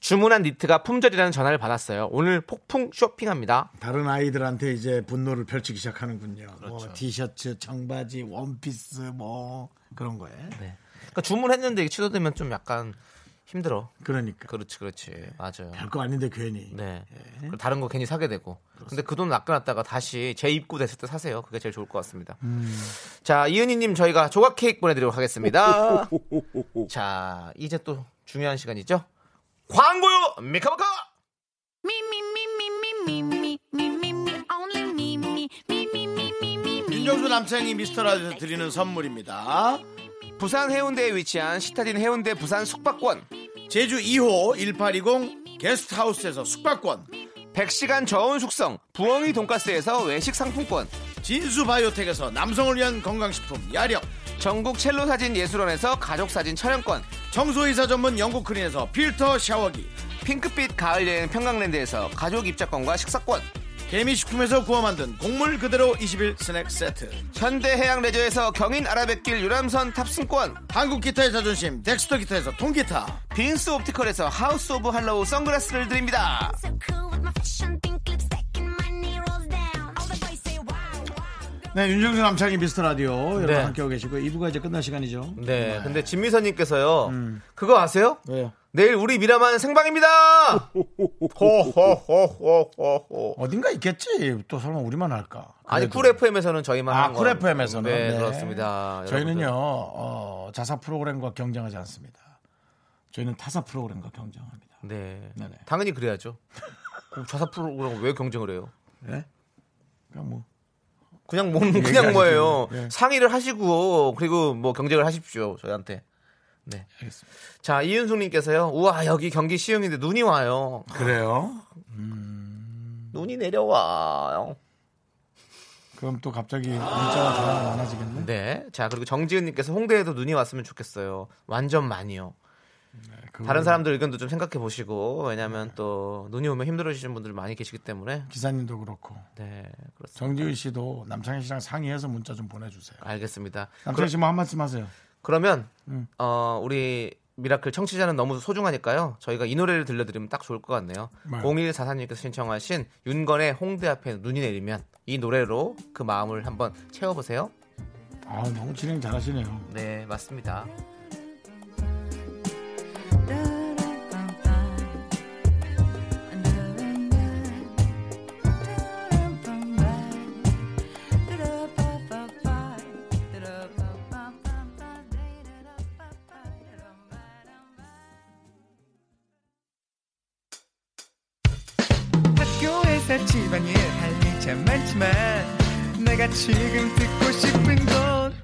주문한 니트가 품절이라는 전화를 받았어요. 오늘 폭풍 쇼핑합니다. 다른 아이들한테 이제 분노를 펼치기 그렇죠. 시작하는군요. 뭐 티셔츠, 청바지, 원피스 뭐 그런 거에. 네. 그러니까 주문했는데 이게 취소되면 좀 약간 힘들어. 그러니까 그렇지, 그렇지. 맞아요. 별거 아닌데 괜히 네. 그리고 다른 거 괜히 사게 되고. 근데 그 돈 아껴놨다가 다시 재입고 됐을 때 사세요. 그게 제일 좋을 것 같습니다. 자, 이은희님 저희가 조각 케이크 보내드리도록 하겠습니다. 자, 이제 또 중요한 시간이죠. 광고요! 미카마카! 윤정수 남창이 미스터 라디오 드리는 선물입니다. 부산 해운대에 위치한 시타딘 해운대 부산 숙박권. 제주 2호 1820 게스트하우스에서 숙박권 100시간 저온 숙성. 부엉이 돈가스에서 외식 상품권. 진수 바이오텍에서 남성을 위한 건강식품 야력 전국 첼로 사진 예술원에서 가족 사진 촬영권. 청소이사 전문 영국 크린에서 필터 샤워기 핑크빛 가을 여행 평강랜드에서 가족 입장권과 식사권. 개미식품에서 구워 만든 곡물 그대로 21 스낵 세트 현대해양레저에서 경인 아라뱃길 유람선 탑승권 한국 기타의 자존심 덱스터 기타에서 통기타 빈스 옵티컬에서 하우스 오브 할로우 선글라스를 드립니다 네 윤정수 남창이 미스터 라디오 여러분 네. 함께하고 계시고 2부가 이제 끝날 시간이죠 네 근데 진미선님께서요 그거 아세요? 음. 왜요? 내일 우리 미라만 생방입니다 호호호호호호 어딘가 있겠지 또 설마 우리만 할까 아니 쿨 그래도. FM에서는 저희만 아, 하는 쿨 거라고. FM에서는 네, 그렇습니다 저희는요 여러분들. 어, 자사 프로그램과 경쟁하지 않습니다 저희는 타사 프로그램과 경쟁합니다 네. 네네. 당연히 그래야죠 그 좌사 프로그램 왜 경쟁을 해요? 네? 그냥 뭐 그냥 뭐 그냥 뭐예요 네. 상의를 하시고 그리고 뭐 경쟁을 하십시오 저희한테 알겠습니다 자 이윤숙님께서요 우와 여기 경기 시흥인데 눈이 와요 그래요? 눈이 내려와요. 그럼 또 갑자기 문자가 전화가 많아지겠네 네. 자, 그리고 정지은님께서 홍대에도 눈이 왔으면 좋겠어요. 완전 많이요. 그거 다른 사람들 의견도 좀 생각해 보시고, 왜냐면 또 눈이 오면 힘들어지시는 분들 많이 계시기 때문에. 기사님도 그렇고 네. 그렇습니다. 정지윤 씨도 남창희 씨랑 상의해서 문자 좀 보내주세요. 알겠습니다. 남창희 씨 뭐 한 말씀 하세요. 그러, 면 음. 어, 우리 미라클 청취자는 너무 소중하니까요. 저희가 이 노래를 들려드리면 딱 좋을 것 같네요. 뭐요? 0144님께서 신청하신 윤건의 홍대 앞에 눈이 내리면 이 노래로 그 마음을 한번 채워보세요. 아 너무 진행 잘하시네요. 네, 맞습니다. 학교에서 집안일 할 일 참 많지만 내가 지금 듣고 싶은 건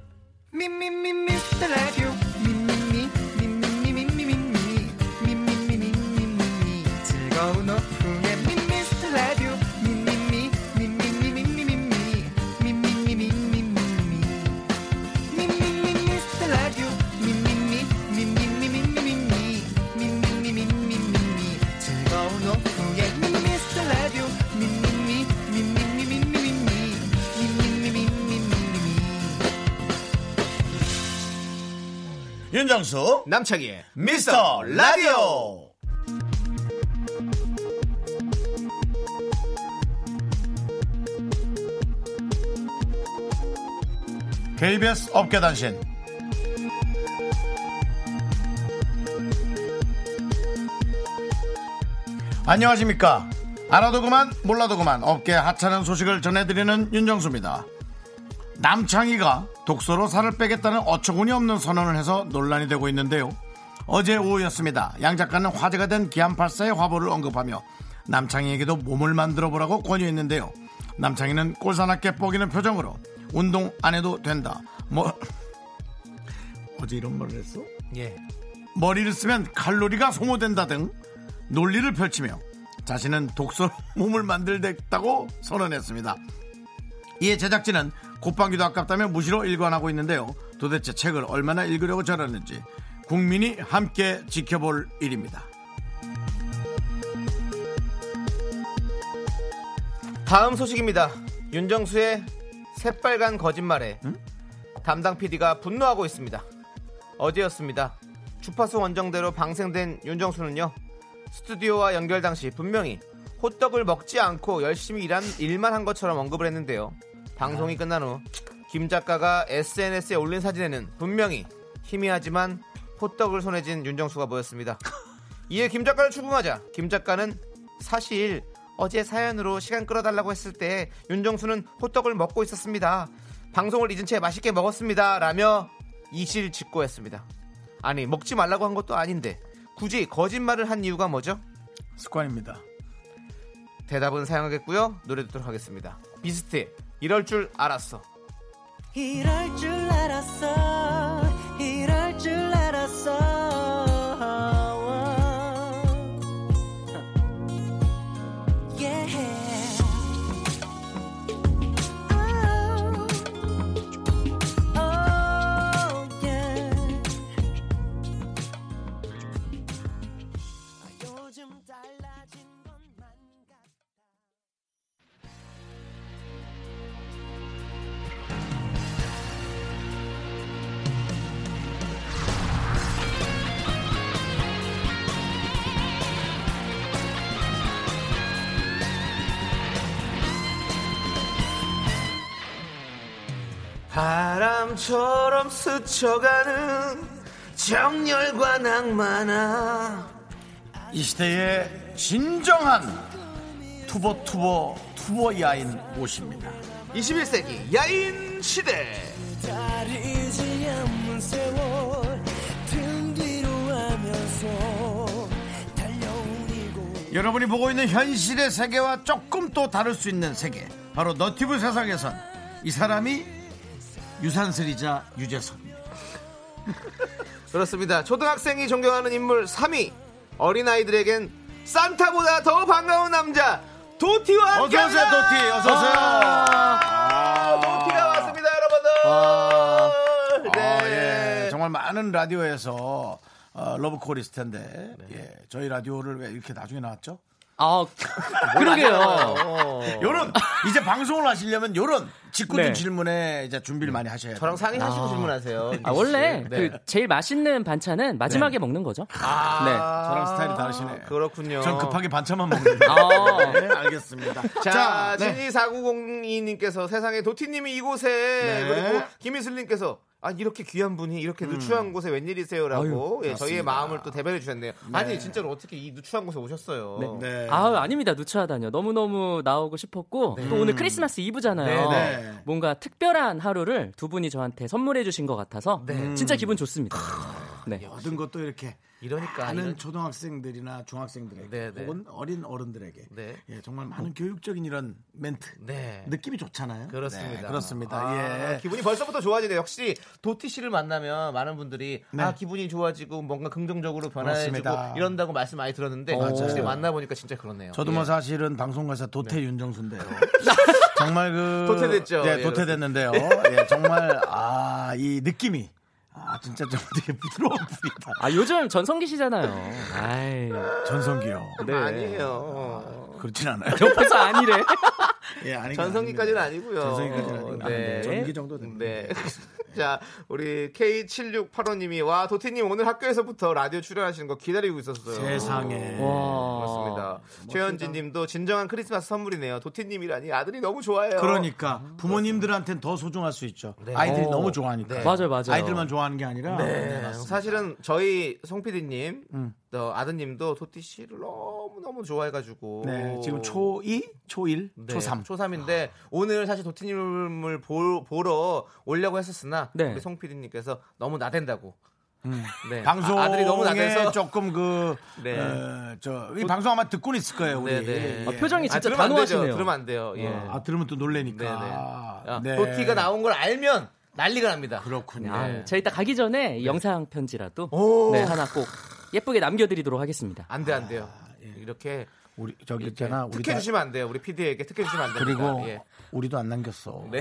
미미미 미스터 라디오 미미미 미미미 미미미 미미미 미미미 즐거운 오후에 미스터 라디오 미미미 미미미 미미미 미미미 미미미 윤정수 남창희의 미스터 라디오. KBS 업계단신 안녕하십니까 알아도 그만 몰라도 그만 업계 하찮은 소식을 전해드리는 윤정수입니다 남창희가 독서로 살을 빼겠다는 어처구니 없는 선언을 해서 논란이 되고 있는데요. 어제 오후였습니다. 양 작가는 화제가 된 기안팔사의 화보를 언급하며 남창희에게도 몸을 만들어 보라고 권유했는데요. 남창희는 꼴사납게 뻐기는 표정으로 운동 안 해도 된다. 뭐 어제 이런 말을 했어? 예. 머리를 쓰면 칼로리가 소모된다 등 논리를 펼치며 자신은 독서로 몸을 만들겠다고 선언했습니다. 이에 제작진은 곱방기도 아깝다며 무시로 일관하고 있는데요. 도대체 책을 얼마나 읽으려고 저러는지 국민이 함께 지켜볼 일입니다. 다음 소식입니다. 윤정수의 새빨간 거짓말에 담당 PD가 분노하고 있습니다. 어제였습니다. 주파수 원정대로 방생된 윤정수는요. 스튜디오와 연결 당시 분명히 호떡을 먹지 않고 열심히 일한 일만 한 것처럼 언급을 아. 했는데요. 방송이 끝난 후 김 작가가 SNS에 올린 사진에는 분명히 희미하지만 호떡을 손에 쥔 윤정수가 보였습니다. 이에 김 작가를 추궁하자 김 작가는 사실 어제 사연으로 시간 끌어달라고 했을 때 윤정수는 호떡을 먹고 있었습니다. 방송을 잊은 채 맛있게 먹었습니다. 라며 이실직고했습니다. 아니 먹지 말라고 한 것도 아닌데 굳이 거짓말을 한 이유가 뭐죠? 습관입니다. 대답은 사양하겠고요. 노래 듣도록 하겠습니다. 비스트 이럴 줄 알았어. 이럴 줄 알았어 이럴 줄 어. 알았어 yeah. oh. Oh, yeah. 아, 요즘 달라진 것만 같아 바람처럼 스쳐가는 정열과 낭만아 이 시대의 진정한 투보 투보 투보 야인 옷입니다. 21세기 야인 시대 가리지 않는 세월 등 뒤로 하면서 달려온 이곳 여러분이 보고 있는 현실의 세계와 조금 또 다를 수 있는 세계 바로 너튜브 세상에선 이 사람이 유산슬이자 유재석입니다. 그렇습니다 초등학생이 존경하는 인물 3위 어린아이들에겐 산타보다 더 반가운 남자 도티와 어서 오세요 함께합니다 도티 어서 오세요. 아, 도티가 왔습니다 아, 여러분들 네. 예, 정말 많은 라디오에서 어, 러브콜이있을 텐데 예, 저희 라디오를 왜 이렇게 나중에 나왔죠? 아, 그러게요. 요런 이제 방송을 하시려면 요런 직구준 네. 질문에 이제 준비를 많이 하셔야 돼요. 저랑 상의하시고 질문하세요 아, 원래 네. 그 제일 맛있는 반찬은 마지막에 먹는 거죠. 네. 저랑 스타일이 다르시네. 아, 그렇군요 전 급하게 반찬만 먹는데. 아. 네, 알겠습니다. 자, 네. 진이 4902님께서 세상에 도티님이 이곳에 네. 그리고 김희슬님께서 아 이렇게 귀한 분이 이렇게 음. 누추한 곳에 웬일이세요라고 예, 저희의 마음을 또 대변해 주셨네요. 아니 진짜로 어떻게 이 누추한 곳에 오셨어요? 네. 아, 아닙니다. 누추하다뇨. 너무너무 나오고 싶었고 또 오늘 크리스마스 이브잖아요. 네, 네. 뭔가 특별한 하루를 두 분이 저한테 선물해 주신 것 같아서 진짜 기분 좋습니다. 네. 모든 것도 그러니까 이렇게 이러니까 많은 이런- 초등학생들이나 중학생들에게 네, 네. 혹은 어린 어른들에게 네. 예, 정말 많은 교육적인 이런 멘트 네. 느낌이 좋잖아요. 그렇습니다. 네, 그렇습니다. 아, 예. 기분이 벌써부터 좋아지네요. 역시 도티 씨를 만나면 많은 분들이 아 기분이 좋아지고 뭔가 긍정적으로 변화해지고 네. 그렇습니다. 어, 이런다고 말씀 많이 들었는데 확실히 만나 보니까 진짜 그러네요. 저도 예. 네. 뭐 사실은 방송가사 도태 윤정수인데요. 정말 그 도태됐죠. 네, 예, 도태됐는데요. 예, 정말 아 이 느낌이 아 진짜 좀 되게 부드러운 분이다. 아, 요즘 전성기 시잖아요. 아이. 전성기요. 네. 아니에요. 그렇진 네. 않아요. 옆에서 아니래. 예, 아니 네. 전성기까지는 아니고요. 전성기까지는 아니고 네. 네. 전기 정도 됩니다. 네. 자, 우리 K7685님이 와 도티님 오늘 학교에서부터 라디오 출연하시는 거 기다리고 있었어요. 세상에. 와. 그렇습니다. 최현진님도 진정한 크리스마스 선물이네요. 도티님이라니 아들이 너무 좋아해요. 어, 그러니까 그렇죠. 부모님들한테는 더 소중할 수 있죠. 아이들이 어. 너무 좋아하니까. 네. 맞아요, 맞아요. 아이들만 좋아하는 게 아니라 네, 네, 맞습니다. 음. 사실은 저희 송 PD님, 또 아드님도 도티 씨를 너무 너무 좋아해가지고 네, 지금 초2, 초1, 초3. 인데 오늘 사실 도티님을 보, 보러 오려고 했었으나 네. 우리 송 PD님께서 너무 나댄다고. 네. 음. 방송에 아, 아들이 너무 나대서 조금 그, 네. 어, 저, 이 방송 아마 듣고 있을 거예요, 우리. 네, 네. 아, 표정이 진짜 들으면 안 되죠. 단호하시네요. 들으면 안 돼요. 예. 아, 들으면 또 네네. 놀래니까. 아, 네. 도티가 나온 걸 알면 난리가 납니다. 그렇군요. 아, 저 이따 가기 전에 이 영상 편지라도 오. 네, 하나 꼭 예쁘게 남겨드리도록 하겠습니다. 안 돼, 안 돼요. 이렇게 우리, 저기 있잖아. 우리 특혜 다- 주시면 안 돼요. 우리 PD에게 특혜 주시면 안 됩니다. 그리고 예. 우리도 안 남겼어. 네.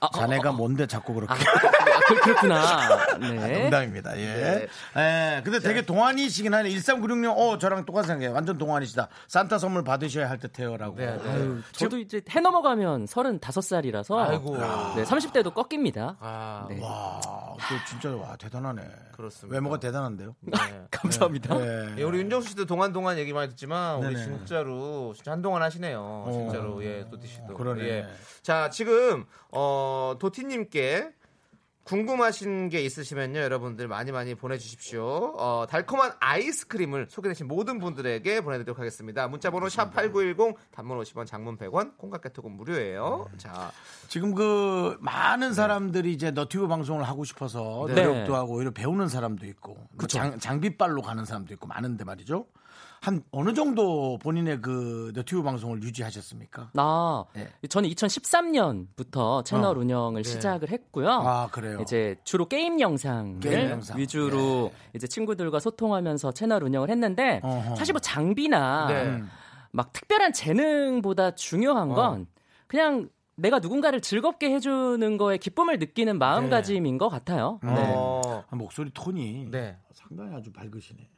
어, 자네가 뭔데 자꾸 그렇게. 아, 그, 그렇구나. 네. 농담입니다. 예. 예. 근데 되게 동안이시긴 하네. 1396님, 어, 저랑 똑같은 생각이에요. 완전 동안이시다. 산타 선물 받으셔야 할 듯해요. 라고. 네, 네. 아유, 저도 이제 해 넘어가면 35살이라서 아이고. 네, 30대도 꺾입니다. 아, 네. 와, 그 진짜, 와, 대단하네. 그렇습니다. 외모가 대단한데요. 네. 감사합니다. 예, 우리 윤정수 씨도 동안 동안 얘기 많이 듣지만 우리 네네. 진짜로 진짜 한동안 하시네요. 진짜로 예 도티 씨도. 그러네. 예. 자 지금 어 도티님께 궁금하신 게 있으시면요, 여러분들 많이 많이 보내주십시오. 어, 달콤한 아이스크림을 소개되신 모든 분들에게 보내드리도록 하겠습니다. 문자번호 샵 #8910 단문 50원, 장문 100원, 콩깍개톡은 무료예요. 자, 지금 그 많은 사람들이 이제 너튜브 방송을 하고 싶어서 네. 노력도 네. 하고 오히려 배우는 사람도 있고 뭐 장, 장비빨로 가는 사람도 있고 많은데 말이죠. 한 어느 정도 본인의 그 너튜브 방송을 유지하셨습니까? 아, 저는 2013년부터 채널 네. 어. 운영을 네. 시작을 했고요. 아, 그래요? 이제 주로 게임 영상을 게임 영상. 예. 위주로 이제 친구들과 소통하면서 채널 운영을 했는데 어허. 사실 뭐 장비나 네. 막 특별한 재능보다 어. 중요한 건 그냥 내가 누군가를 즐겁게 해주는 거에 기쁨을 느끼는 마음가짐인 것 같아요. 네. 어, 아, 목소리 톤이 네. 상당히 아주 밝으시네.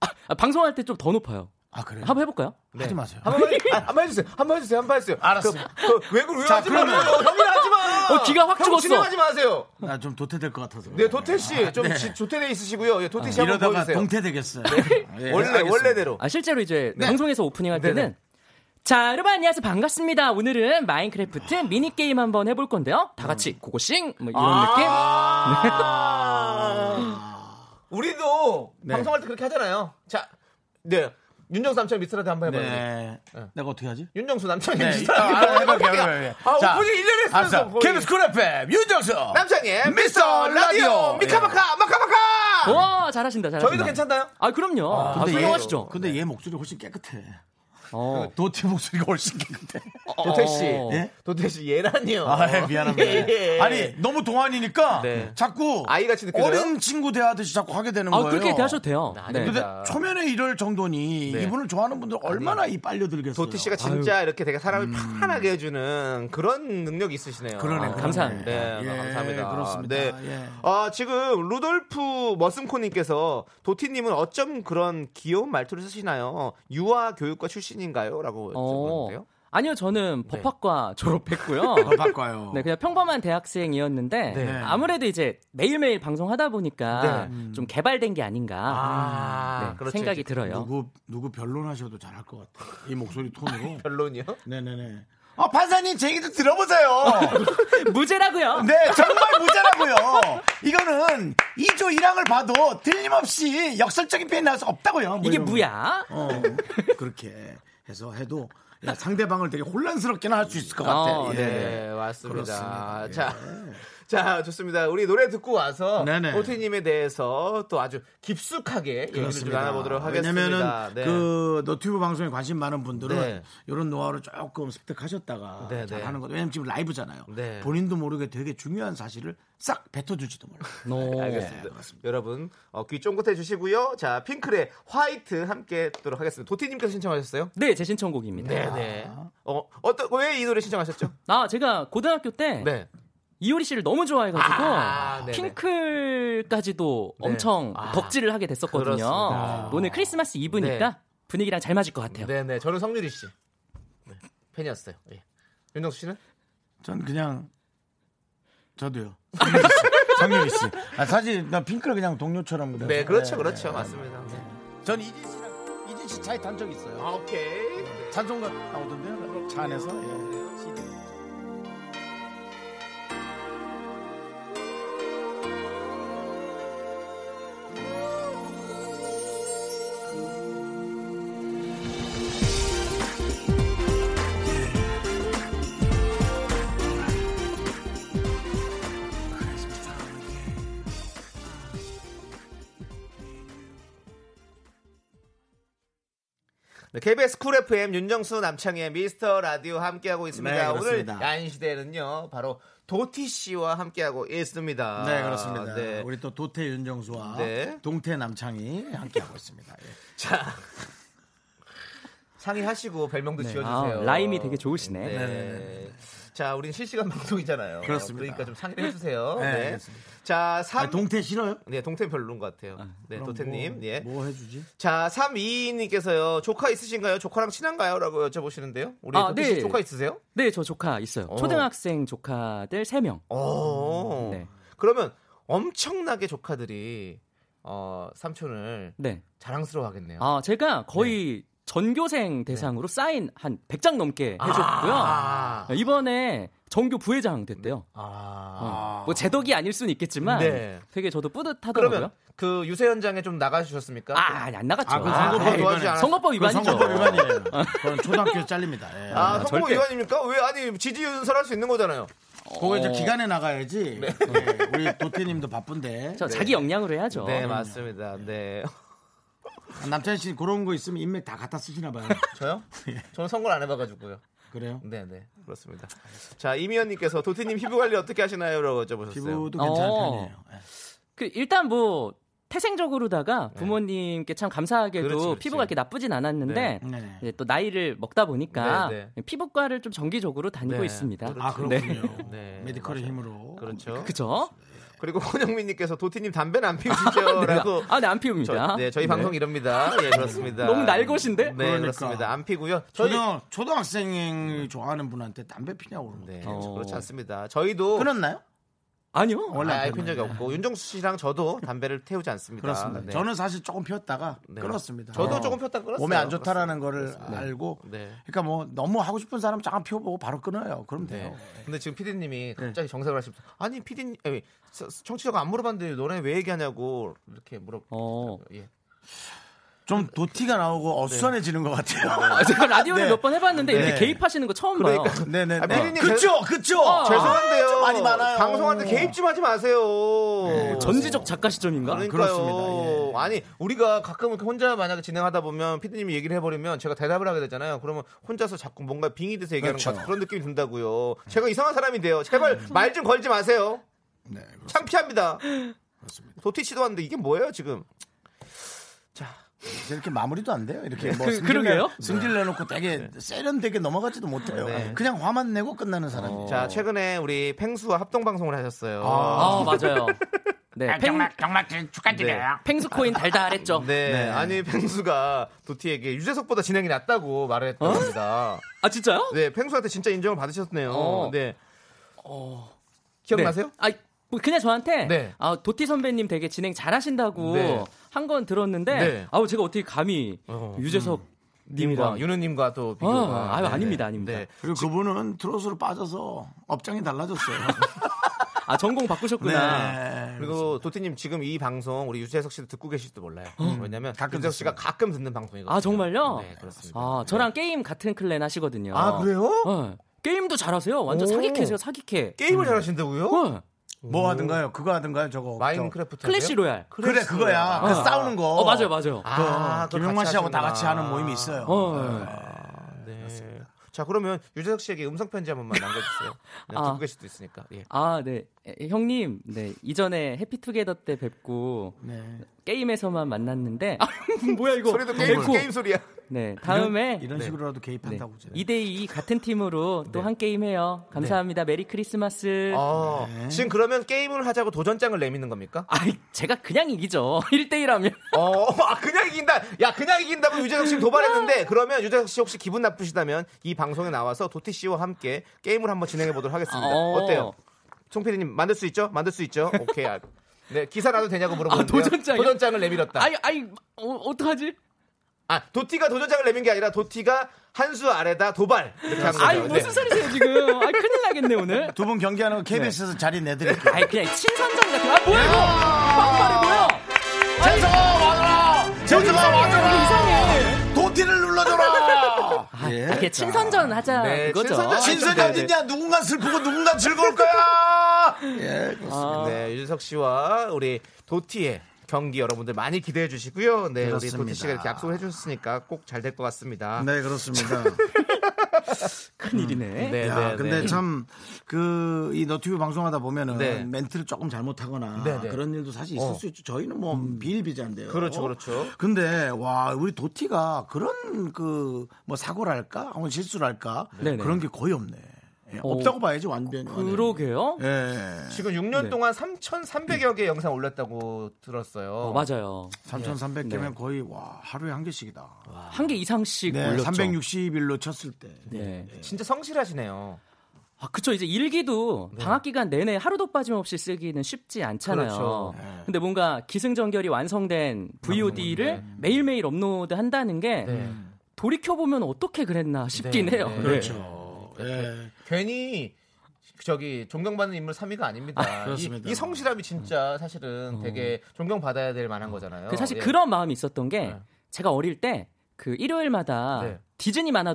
아, 방송할 때 좀 더 높아요. 아 그래요? 한번 해볼까요? 하지 마세요. 한번 한번 해주세요. 한번 해주세요. 한번 해주세요. 알았어요. 그, 그, 왜 그래? 왜 자, 하지 그러면- 마세요. 형이랑 하지 마. 어, 기가 확 형 죽었어. 진행하지 마세요. 나 좀 도태될 것 같아서. 네, 그래요. 도태 씨, 좀 지- 조태돼 있으시고요. 예, 도태 씨 한번 이러다가 보여주세요. 네. 동태 되겠어요. 예, 원래 알겠습니다. 원래대로. 아 실제로 이제 네. 방송에서 오프닝할 때는 네네. 자 여러분 안녕하세요 반갑습니다 오늘은 마인크래프트 미니 게임 한번 해볼 건데요 다 같이 음. 고고싱 뭐 이런 아~ 우리도 네. 방송할 때 그렇게 하잖아요. 자, 네. 윤정수 남창 미스라드 한번 해봐요. 네. 내가 어떻게 하지? 윤정수 남창이 네. 미스라드. 아, 해볼게요, 해볼게요. 아, 자, 오프닝 1년 했으면서. 거의. 케빈스 쿨 FM 윤정수 남창의 미스터 미스터 라디오. 라디오. 예. 어? 미카마카, 마카마카! 게와 잘하신다 잘하신다 저희도 괜찮나요? 예. 아 그럼요 아, 근데 얘- 훌륭하시죠 근데 얘 목소리 훨씬 깨끗해. 그 어. 도티 목소리가 훨씬 깨끗해. 도태 씨. 어. 예? 도태 씨, 얘라니요. 아, 예, 미안합니다. 예. 아니, 너무 동안이니까 네. 자꾸 아이같이 느껴져요? 어린 친구 대하듯이 자꾸 하게 되는 아 거예요. 그렇게 대하셔도 돼요 아니, 네. 근데 됩니다. 초면에 이럴 정도니 네. 이분을 좋아하는 분들 얼마나 이 빨려들겠어요. 도티 씨가 진짜 이렇게 되게 사람을 편안하게 해주는 아, 그런 능력이 있으시네요. 그러네, 그러네. 감사합니다. 네, 예, 감사합니다. 그렇습니다. 네. 예. 아, 지금 루돌프 머슴코님께서 도티님은 어쩜 그런 귀여운 말투를 쓰시나요? 유아 교육과 출신인가요? 라고 어. 여쭤보는데요. 아니요 저는 네. 법학과 더 졸업했고요 바꿔요. 네, 그냥 평범한 대학생이었는데 네. 아무래도 이제 매일매일 방송하다 보니까 네. 좀 개발된 게 아닌가 아, 네, 그렇죠. 생각이 들어요. 누구 누구 변론하셔도 잘할 것 같아. 이 목소리 톤으로. 변론이요? 네네네. 아 판사님 제 얘기도 들어보세요. 무죄라고요? 네, 정말 무자라고요. 이거는 2조 1항을 봐도 틀림없이 역설적인 표현이 나올 수 없다고요. 뭐 이게 네. 이런 거. 뭐야? 어, 그렇게 해서 해도 야, 상대방을 되게 혼란스럽게는 할 수 있을 것 같아. 어, 요 네, 맞습니다. 예. 그렇습니다. 자, 자, 좋습니다. 우리 노래 듣고 와서 네네. 도티님에 대해서 또 아주 깊숙하게 얘기를 좀 나눠보도록 예, 하겠습니다. 왜냐면은 네. 그 너튜브 방송에 관심 많은 분들은 네. 이런 노하우를 조금 습득하셨다가 네, 네. 잘하는 것. 왜냐면 지금 라이브잖아요. 네. 본인도 모르게 되게 중요한 사실을 싹 뱉어주지도 몰라. 오. 알겠습니다. 네, 그렇습니다. 여러분 어, 귀 쫑긋해 주시고요. 자 핑클의 화이트 함께 듣도록 하겠습니다. 도티님께서 신청하셨어요? 네, 제 신청곡입니다. 네네. 어 어떤 왜 이 노래 신청하셨죠? 아, 제가 고등학교 때 네. 이효리 씨를 너무 좋아해가지고 아, 네네. 핑클까지도 엄청 아, 덕질을 하게 됐었거든요. 그렇습니다. 오늘 크리스마스 이브니까 네. 분위기랑 잘 맞을 것 같아요. 네네. 저는 성유리 씨 네, 팬이었어요. 예. 윤정수 씨는? 전 그냥 저도요. 정유리 씨. 아, 사실 나 핑크를 그냥 동료처럼 그냥. 예. 네 그렇죠 그렇죠 맞습니다. 네. 전 이진 씨랑 이진 씨 차에 탄 적 있어요. 아 오케이. 네. 찬송가 나오던데요. 차 안에서. 예. 네, KBS 쿨 FM 윤정수 남창희의 미스터 라디오 함께하고 있습니다. 네, 오늘 그렇습니다. 야인시대는요 바로 도티 씨와 함께하고 있습니다. 네 그렇습니다. 아, 네. 우리 또 도태 윤정수와 네. 동태 남창이 함께 하고 있습니다. 예. 자 상의하시고 별명도 지어주세요. 아, 라임이 되게 좋으시네. 네. 자, 우린 실시간 방송이잖아요. 그렇습니다. 그러니까 좀 상의를 해주세요. 네, 네. 알겠습니다. 자, 3. 아, 동태 싫어요? 네, 동태 별론 것 같아요. 네, 그럼 도태님. 뭐, 예. 뭐 해주지? 자, 322님께서요. 조카 있으신가요? 조카랑 친한가요? 라고 여쭤보시는데요. 우리 아, 도태 씨 네. 조카 있으세요? 네, 저 조카 있어요. 어. 초등학생 조카들 3명. 어. 네. 그러면 엄청나게 조카들이 어, 삼촌을 네. 자랑스러워 하겠네요. 네. 아, 제가 거의 전교생 대상으로 사인 한 100장 넘게 해줬고요. 아. 이번에 정교 부회장 됐대요. 어, 뭐 제덕이 아닐 수는 있겠지만 네. 되게 저도 뿌듯하더라고요. 그러면 그 유세현장에 좀 나가주셨습니까? 아, 아니, 안 나갔죠. 아, 그 선거법 아, 네. 위반이 안 선거법 그건 위반이죠. 선거법 위반이에요. 그건 초등학교 잘립니다. 예. 아, 선거 절대. 위반입니까? 왜 아니 지지 연설할 수 있는 거잖아요. 그거 어. 이제 기간에 네. 나가야지. 예, 우리 도태님도 바쁜데. 저 자기 역량으로 해야죠. 네 맞습니다. 네 남찬 씨 그런 거 있으면 인맥 다 갖다 쓰시나 봐요. 저요? 예. 저는 선거를 안 해봐가지고요. 그래요? 네네 그렇습니다. 자 이미연님께서 도티님 피부 관리 어떻게 하시나요?라고 여쭤보셨어요. 피부도 괜찮은 어. 편이에요. 예. 그 일단 뭐 태생적으로다가 부모님께 참 감사하게도 네. 그렇지, 그렇지. 피부가 이렇게 나쁘진 네. 않았는데 네. 이제 또 나이를 먹다 보니까 네, 피부과를 좀 정기적으로 다니고 네, 있습니다. 그렇죠. 아 그렇군요. 네. 메디컬의 맞아요. 힘으로. 그렇죠. 어, 그쵸? 그리고 혼영민님께서 도티님 담배는 안 피우시죠?라고. 아, 네, 안 피웁니다. 저, 네, 저희 네. 방송 이럽니다. 예, 그렇습니다. 너무 날것인데? 네, 그러니까. 그렇습니다. 안 피고요. 저희 초등 초등학생이 좋아하는 분한테 담배 피냐고 그러는 네, 데 어. 그렇지 않습니다. 저희도 끊었나요? 아니요. 원래 안 아예 끊어요. 핀 적이 없고 윤정수 씨랑 저도 담배를 태우지 않습니다. 그렇습니다. 네. 저는 사실 조금 피웠다가 네. 끊었습니다. 저도 어. 조금 폈다 끊었어요. 몸에 안 좋다라는 거를 그렇습니다. 그렇습니다. 알고 네. 그러니까 뭐 너무 하고 싶은 사람 잠깐 피워보고 바로 끊어요. 그럼 네. 돼요. 근데 지금 네. 피디님이 갑자기 정색을 하십니다. 아니 피디님, 아니, 서- 청취자가 안 물어봤는데 너네 왜 얘기하냐고 이렇게 물어. 어. 예. 좀 도티가 나오고 어수선해지는 것 아, 같아요. 제가 라디오를 네. 몇 번 해봤는데 네. 이렇게 개입하시는 거 처음 봐요. 네네. 아, 피디님, 어, 그쵸, 그쵸. 죄송한데요. 아, 좀 많이 많아요. 네. 방송할 때 개입 좀 하지 마세요. 전지적 작가 시점인가? 그러니까요. 그렇습니다. 예. 아니 우리가 가끔 이렇게 혼자 만약에 진행하다 보면 피디님이 얘기를 해버리면 제가 대답을 하게 되잖아요. 그러면 혼자서 자꾸 뭔가 빙의 돼서 얘기하는 것 그렇죠. 같은 그런 느낌이 든다고요. 제가 이상한 사람인데요. 제발 말 좀 걸지 마세요. 네, 창피합니다. 도티 씨도 왔는데 이게 뭐예요 지금? 이제 이렇게 마무리도 안 돼요. 이렇게 뭐 그- 승질 그러게요? 네. 내- 승질 내놓고 되게 세련되게 넘어가지도 못해요. 네. 그냥 화만 내고 끝나는 어. 사람이에요. 자 최근에 우리 팽수와 합동 방송을 하셨어요. 아, 맞아요. 네. 팽, 팽수코인 달달했죠. 네. 아니 팽수가 도티에게 유재석보다 진행이 낫다고 말을 했다고 합니다. 아, 진짜요? 네, 팽수한테 진짜 인정을 받으셨네요. 어. 네. 기억나세요? 네. 아, 뭐 그냥 저한테 네. 아, 도티 선배님 되게 진행 잘하신다고 네. 한 건 들었는데 네. 아우 제가 어떻게 감히 어, 음. 유재석 님이랑 님과 윤우님과 또 비교가 아, 아유, 네네. 아닙니다, 아닙니다. 그리고 그분은 트롯으로 빠져서 업장이 달라졌어요. 아 전공 바꾸셨구나. 네. 그리고 도티님 지금 이 방송 우리 유재석 씨도 듣고 계실지도 몰라요. 왜냐면 가끔 유재석 씨가 가끔 듣는 방송이거든요. 어? 아 정말요? 네 그렇습니다. 아 저랑 게임 같은 클랜 하시거든요. 아, 그래요? 네. 게임도 잘하세요. 완전 오. 아, 사기캐세요, 사기캐. 게임을 잘하신다고요? 네. 뭐 하든가요? 그거 하든가요? 저거. 마인크래프트 어, 클래시 로얄. 저- 그래, 그거야. 그 싸우는 거. 어 맞아요, 맞아요. 아, 그 김용만 씨하고 다 같이 하는 모임이 있어요. 어, 네. 네. 자 그러면 유재석 씨에게 음성 편지 한 번만 남겨주세요. 그냥 아. 듣고 계실 수도 있으니까. 예. 아, 네. 에, 형님, 네. 이전에 해피투게더 때 뵙고 네. 게임에서만 만났는데 아, 뭐야 이거? 소리도 게임, 에코. 게임 소리야. 네. 다음에 이런, 이런 식으로라도 개입한다고 제가. 2대2 네. 같은 팀으로 또 한 게임 해요. 감사합니다. 메리 크리스마스. 어, 네. 지금 그러면 게임을 하자고 도전장을 내미는 겁니까? 아이, 제가 그냥 이기죠. 1대1 하면. 어, 아, 그냥 이긴다. 야, 그냥 이긴다고 유재석 씨 도발했는데 그러면 유재석 씨 혹시 기분 나쁘시다면 이 방송에 나와서 도티 씨와 함께 게임을 한번 진행해 보도록 하겠습니다. 어. 어때요? 송PD님 만들 수 있죠? 만들 수 있죠? 오케이. 아, 네, 기사라도 되냐고 물어보는데 아, 도전장이요? 도전장을 내밀었다. 아이, 아이, 어, 어떡하지? 아, 도티가 도전장을 내민 게 아니라 도티가 한 수 아래다 도발. 이렇게 한 거죠. 네. 아이, 무슨 소리세요, 지금? 아이, 큰일 나겠네, 오늘. 두 분 경기하는 거 KBS에서 자리 내드릴게요. 네. 아이, 그냥 친선전 같은 거. 아, 뭐야, 이거? 빵발이 뭐야? 재석아 와줘라. 재석아 여기 와줘라. 이상해. 도티를 눌러줘라. 예. 아, 이렇게 친선전 하자, 네, 그거죠. 아, 친선전, 신선이 네, 어딨냐? 누군가 슬프고 누군가 즐거울 거야. 예, 아, 네, 유재석 씨와 우리 도티의 경기 여러분들 많이 기대해 주시고요. 네, 우리 도티 그렇습니다. 씨가 이렇게 약속을 해주셨으니까 꼭 잘 될 것 같습니다. 네, 그렇습니다. 음, 큰일이네. 네, 야, 근데 참 그 이 너튜브 방송하다 보면은 네. 멘트를 조금 잘못하거나 네, 네. 그런 일도 사실 있을 어. 수 있죠. 저희는 뭐 비일비재한데요. 그렇죠, 그렇죠. 근데 와 우리 도티가 그런 그 뭐 사고랄까, 혹은 실수랄까 네, 네. 그런 게 거의 없네. 어. 예, 없다고 봐야지 완전히. 그러게요. 예. 지금 6년 네. 동안 3,300여 개 영상 올렸다고 들었어요. 어, 맞아요. 3,300개면 거의 와 하루에 한 개씩이다. 아, 한 개 이상씩 네, 올렸죠. 360일로 쳤을 때. 네. 진짜 성실하시네요. 아, 그쵸. 이제 일기도 방학 기간 내내 하루도 빠짐없이 쓰기는 쉽지 네. 않잖아요. 그렇죠. 네. 근데 음. 뭔가 기승전결이 완성된 VOD를 매일매일 업로드 한다는 게 돌이켜 보면 어떻게 그랬나 싶긴 네, 해요. 네. 그렇죠. 예. 괜히 저기 존경받는 인물 3위가 아닙니다. 아, 그렇습니다. 음. 어. 이, 이 성실함이 진짜 사실은 되게 존경받아야 될 만한 거잖아요. 그 사실 예. 그렇죠. 그런 마음이 있었던 게 제가 어릴 때 그 일요일마다 네. 디즈니 만화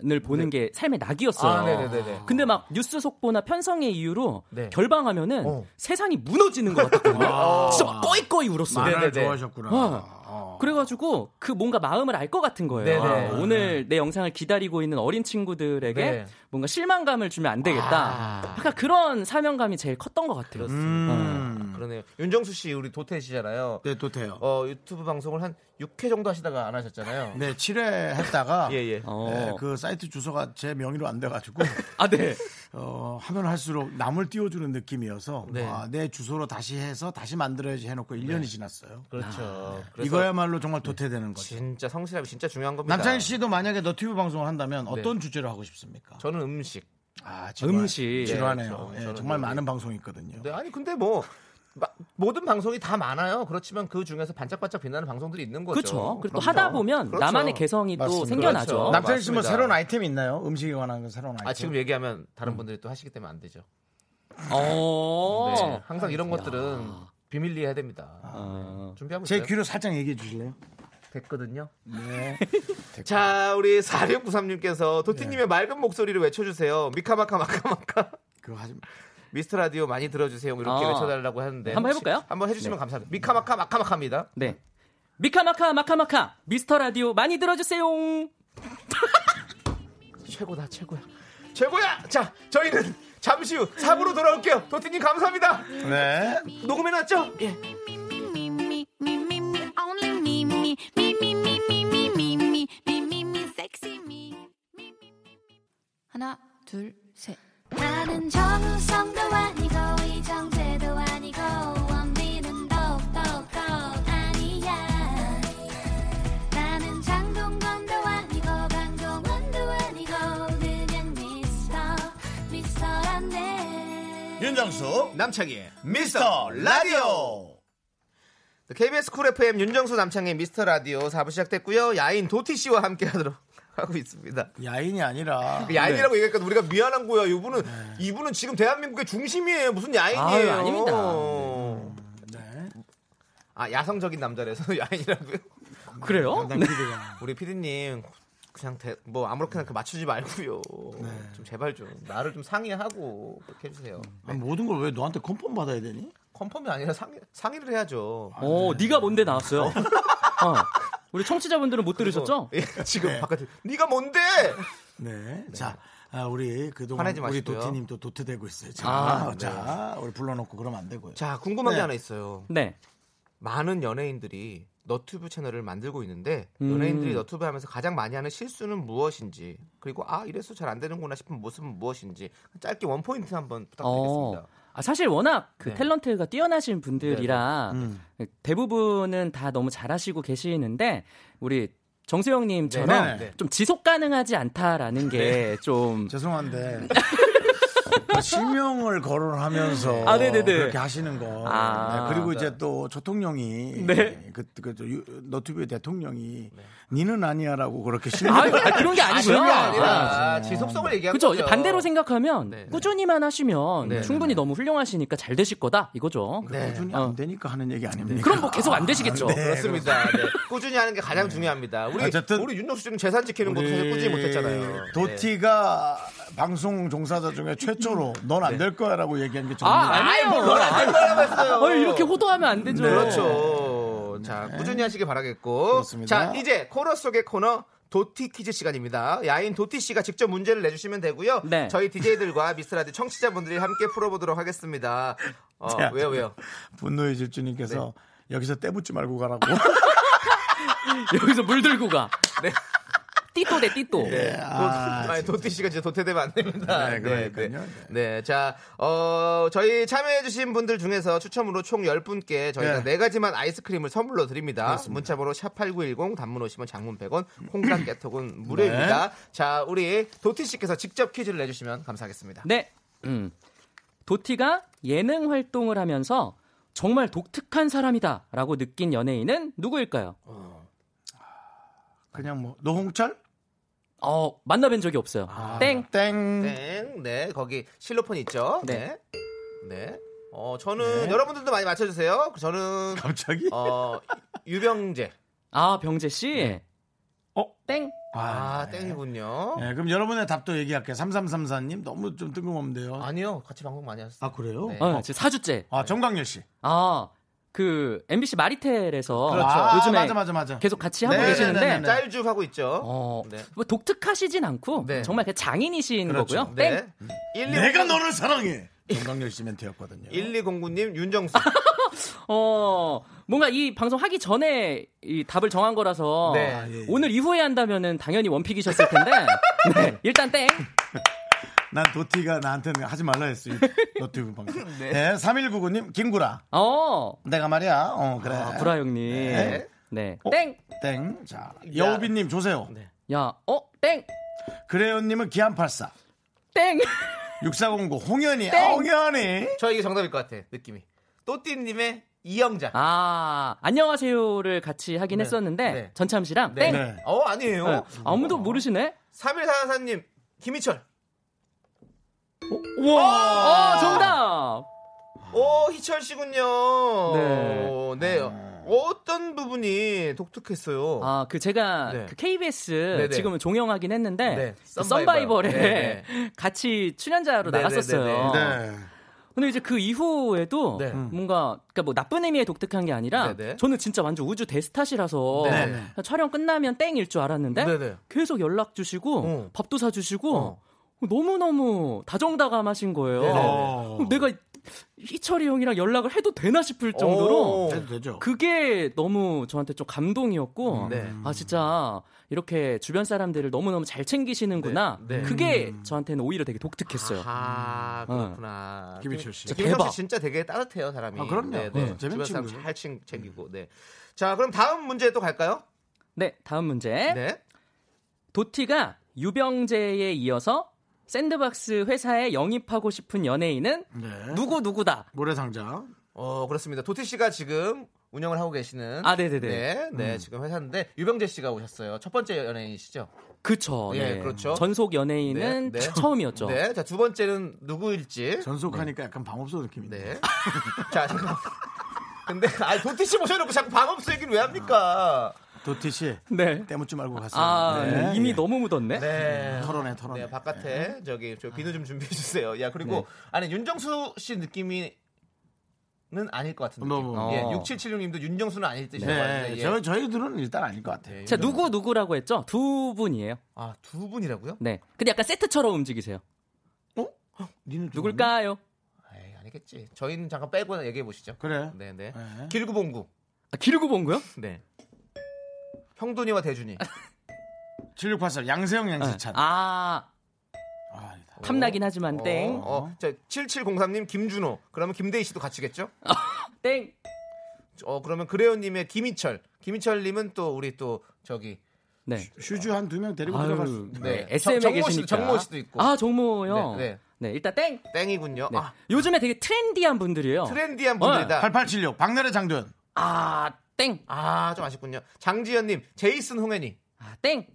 동산을 보는 게 삶의 낙이었어요. 아, 네네네네. 그 근데 막 뉴스 속보나 편성의 이유로 네. 아. 결방하면은 세상이 무너지는 것 같았거든요. 아, 진짜 막 꺼이꺼이 울었어요. 만화를 네네네. 좋아하셨구나. 어. 그래가지고 그 뭔가 마음을 알 것 같은 거예요. 네네. 아, 오늘 내 영상을 기다리고 있는 어린 친구들에게 네. 아. 뭔가 실망감을 주면 안 되겠다. 약간 그런 사명감이 제일 컸던 것 같아요. 음. 그러네요. 윤정수 씨 우리 도태 씨잖아요. 네, 또 돼요. 어, 유튜브 방송을 한 6회 정도 하시다가 안 하셨잖아요. 네, 7회 했다가 예, 예. 어. 예, 그 사이트 주소가 제 명의로 안 돼가지고 아, 네. 어, 하면 할수록 남을 띄워주는 느낌이어서 네. 아, 내 주소로 다시 해서 다시 만들어야지 해놓고 1년이 지났어요. 그렇죠. 그래서 네. 이거야말로 정말 도태되는 거죠. 진짜 성실함이 진짜 중요한 겁니다. 남창희 씨도 만약에 너튜브 방송을 한다면 어떤 주제로 하고 싶습니까? 네. 저는 음식. 아, 음식. 지루하네요. 네, 예, 저- 저는 정말 요리. 많은 방송이 있거든요. 네, 아니 근데 뭐 마- 모든 방송이 다 많아요. 그렇지만 그 중에서 반짝반짝 빛나는 방송들이 있는 거죠. 그렇죠. 그리고 또 그럼요. 하다 보면 그렇죠. 나만의 개성이 또 맞습니다. 생겨나죠. 그렇죠. 남창희 씨뭐 맞습니다. 새로운 아이템 있나요? 음식에 관한 그 새로운 아이템. 아 지금 얘기하면 다른 분들이 또 하시기 때문에 안 되죠. 그렇죠. 어. 네, 항상 이런 것들은 비밀리 해야 됩니다. 네, 준비하고 제 있어요. 귀로 살짝 얘기해 주실래요? 됐거든요. 네. 자, 우리 4693님께서 도티님의 맑은 목소리를 외쳐주세요. 미카마카 마카마카. 그거 하지 마. 미스터 라디오 많이 들어주세요. 뭐 이렇게 아. 외쳐달라고 하는데 한번 혹시 해볼까요? 한번 해주시면 감사합니다. 미카마카 마카마카입니다. 네. 미카마카 마카마카 미스터 라디오 많이 들어주세요. 최고다 최고야. 최고야. 자, 저희는 잠시 후 4부로 돌아올게요. 도티님 감사합니다. 네. 녹음해놨죠? 예. me, me, me, me, me, only me, me, me, me, me, me, me, me, me, me, me, me, sexy me. 하나, 둘, 셋. 나는 정우성도 아니고 이정재도 아니고 원빈은 더욱더 아니야 나는 장동건도 아니고 강동원도 아니고 그냥 미스터 미스터란데 윤정수 남창희의 미스터 라디오. KBS 네, 쿨 FM 윤정수 남창의 미스터 라디오 4부 시작됐고요. 야인 도티 씨와 함께 하도록 하고 있습니다. 야인이 아니라 그 네. 야인이라고 얘기하니까 우리가 미안한 거야. 이분은 이분은 지금 대한민국의 중심이에요. 무슨 야인이에요? 아유, 아닙니다. 네. 아 야성적인 남자라서 야인이라고요? 그래요? 네. 네. 담당 PD가. 우리 피디님 그냥 대- 뭐 아무렇게나 그 맞추지 말고요. 네. 좀 제발 좀 나를 좀 상의하고 그렇게 해주세요. 아니, 모든 걸 왜 너한테 컨펌 받아야 되니? 컨펌이 아니라 상의, 상의를 해야죠. 어, 네가 뭔데 나왔어요? 어. 우리 청취자분들은 못 들으셨죠? 예, 지금 바깥에 네가 뭔데? 네. 자, 아, 우리 그동안 화내지 우리 마시고요. 도티님 또 도태되고 있어요. 지금. 아, 네. 자, 우리 불러놓고 그러면 안 되고요. 자 궁금한 네. 게 하나 있어요. 네. 많은 연예인들이 너튜브 채널을 만들고 있는데 음. 연예인들이 너튜브 하면서 가장 많이 하는 실수는 무엇인지 그리고 아 이래서 잘 안 되는구나 싶은 모습은 무엇인지 짧게 원 포인트 한번 부탁드리겠습니다. 어. 아, 사실 워낙 그 네. 음. 탤런트가 뛰어나신 분들이라 대부분은 다 너무 잘하시고 계시는데 우리 정수영님처럼 네, 네. 좀 지속 가능하지 않다라는 게 좀. 죄송한데 그 실명을 거론하면서 아, 네네네. 그렇게 하시는 거 아, 네, 그리고 이제 또 대통령이 네. 그, 그, 저 유- 너튜브의 대통령이 니는 아니야라고 그렇게 실명 아, 아, 그런 게 아니고요. 아니라 지속성을 얘기하는 그렇죠. 거죠. 반대로 생각하면 네. 꾸준히만 하시면 네. 충분히 너무 훌륭하시니까 잘 되실 거다 이거죠. 네. 꾸준히 어. 안 되니까 하는 얘기 아닙니까? 그럼 뭐 계속 안 되시겠죠. 그렇습니다. 네. 꾸준히 하는 게 가장 중요합니다. 우리 아, 어쨌든 우리 윤정수 씨는 재산 지키는 것도 사실 꾸준히 못했잖아요. 네. 도티가 방송 종사자 중에 최초로 넌 네. 안 될 거야라고 얘기한 게 정말 아, 아니에요. 뭐 할 거라고 했어요. 네. 어, 이렇게 호도하면 안 되죠. 그렇죠. 자 꾸준히 하시길 바라겠고. 네. 그렇습니다. 자 이제 코너 속의 코너. 도티 퀴즈 시간입니다. 야인 도티 씨가 직접 문제를 내주시면 되고요. 네. 저희 DJ들과 미스라디 청취자분들이 함께 풀어보도록 하겠습니다. 어, 자, 왜요, 왜요? 분노의 질주님께서 네. 여기서 떼붙지 말고 가라고. 여기서 물 들고 가. 네. 띠또대 띠또. 네. 아, 도, 아니, 도티 씨가 진짜 도태되면 안 됩니다. 네, 그러니까요. 네, 네, 자, 어, 저희 참여해주신 분들 중에서 추첨으로 총 10분께 저희가 네. 네. 가지만 아이스크림을 선물로 드립니다. 문자번호 샵8910 단문 오시면 장문 100원, 콩깍 네. 깨톡은 무료입니다. 자, 우리 도티 씨께서 직접 퀴즈를 내주시면 감사하겠습니다. 네. 음. 도티가 예능 활동을 하면서 정말 독특한 사람이다라고 느낀 연예인은 누구일까요? 그냥 뭐 노홍철? 어 만나뵌 적이 없어요. 땡. 땡. 땡. 네, 거기 실로폰 있죠? 네. 네. 어, 저는 네. 여러분들도 많이 맞춰 주세요. 저는 갑자기 어, 유병재. 아 병재 씨. 어 땡. 아, 땡이군요. 네, 그럼 여러분의 답도 얘기할게요. 3334님 너무 좀 뜬금없는데요. 아니요. 같이 방송 많이 하셨어요. 아, 그래요? 네. 어, 지금 4주째. 아, 정광열 씨. 아, 그 어, MBC 마리텔에서 그렇죠. 아, 요즘에 맞아, 맞아, 맞아. 계속 같이 하고 네, 계시는데 네, 네, 네. 짤주 하고 있죠. 네. 어, 네. 뭐 독특하시진 않고 정말 그냥 장인이신 그렇죠. 거고요. 네. 땡. 음. 내가 너를 사랑해. 정광열 씨 멘트였거든요. 1209님 윤정수. 어, 뭔가 이 방송 하기 전에 이 답을 정한 거라서 네. 아, 예, 예. 오늘 이후에 한다면은 당연히 원픽이셨을 텐데 네, 일단 땡. 난 도티가 나한테는 하지 말라 했어. 너튜브 방송. 네. 3199님 김구라. 어. 내가 말이야. 어, 그래. 아, 구라 형님. 네. 네. 어? 땡. 땡. 자, 여우비 님 조세요. 야, 어, 땡. 그래요 님은 기안84. 땡. 6409 홍현이. 땡. 아, 홍현이. 저 이게 정답일 것 같아. 느낌이. 또띠 님의 이영자. 아, 안녕하세요를 같이 하긴 네. 했었는데 네. 전참 씨랑 네. 땡. 네. 어, 아니에요. 네. 아무도 모르시네. 3144님 김희철. 와, 어, 정답. 오, 희철 씨군요. 네. 오, 네. 어떤 부분이 독특했어요? 아, 그 제가 네. 그 KBS 네네. 지금은 종영하긴 했는데 네, 그 썬바이벌. 썬바이벌에 네, 같이 출연자로 네네네네. 나갔었어요. 네. 근데 이제 그 이후에도 네. 뭔가 그러니까 뭐 나쁜 의미의 독특한 게 아니라 네네. 저는 진짜 완전 우주 대스타시라서 네네. 그냥 촬영 끝나면 땡일 줄 알았는데 네네. 어. 계속 연락 주시고 밥도 사 주시고 너무 너무 다정다감하신 거예요. 어. 네네. 그럼 내가 희철이 형이랑 연락을 해도 되나 싶을 그 정도로 오. 해도 되죠. 그게 너무 저한테 좀 감동이었고 네. 아 진짜 이렇게 주변 사람들을 너무너무 잘 챙기시는구나 네, 네. 그게 저한테는 오히려 되게 독특했어요 아, 그렇구나. 어. 김- 진짜 김희철 대박 씨 진짜 되게 따뜻해요, 사람이. 아, 그럼요. 네, 네, 네. 재밌는 주변 사람 친구예요. 음. 잘 챙- 챙기고. 네. 자, 그럼 다음 문제 또 갈까요? 네 다음 문제 도티가 유병재에 이어서 샌드박스 회사에 영입하고 싶은 연예인은 네. 네. 누구 누구다 모래상자 어, 그렇습니다. 도티 씨가 지금 운영을 하고 계시는 아, 네네네. 네, 네, 음. 지금 회사인데 유병재 씨가 오셨어요. 첫 번째 연예인이시죠? 그쵸 예, 네. 그렇죠. 전속 연예인은 네, 네. 처음이었죠 네, 자 두 번째는 누구일지. 전속하니까 약간 방업소 느낌인데. 네. 자, 잠깐만. 근데 아 도티 씨 모셔놓고 자꾸 방업수 얘기를 왜 합니까? 도티 씨. 네. 때묻지 말고 갔어요. 아 네. 이미 너무 묻었네 예. 네. 털어내, 아, 털어내. 네, 바깥에 저기 저 비누 좀 준비해 주세요. 야, 그리고 네. 아니 윤정수 씨 느낌이는 아닐 것 같은 느낌. 너무. 예, 어. 6776님도 윤정수는 아닐 뜻인 것 네. 같은데. 예. 네, 저, 저희들은 일단 아닐 것 같아요. 자 누구 누구라고 했죠 두 분이에요 아, 두 분이라고요? 네 근데 약간 세트처럼 움직이세요 어? 니는 좀 누굴까요 에이, 아니겠지. 저희는 잠깐 빼고 얘기해 보시죠. 그래. 네, 네. 네. 길구봉구. 아, 길고 본 거요? 네. 형돈이와 대준이. 7684 양세형 양세찬. 아 탐나긴 하지만 땡. 어, 어, 자, 7703님 김준호. 그러면 김대희 씨도 같이겠죠? 땡. 어, 그러면 그래요님의 김희철. 김희철님은 또 우리 또 저기 네. 슈즈 한 두 명 데리고 아유, 들어갈 수. 네. 네. SM에 정모 씨도- 계시니까. 정모 씨도 있고. 아, 정모요. 네, 네. 네. 일단 땡. 땡이군요. 네. 아, 요즘에 되게 트렌디한 분들이에요. 트렌디한 분들이다. 네. 8876 박나래 장도연. 아, 땡. 아, 좀 아쉽군요. 장지현님, 제이슨 홍현이. 아, 땡.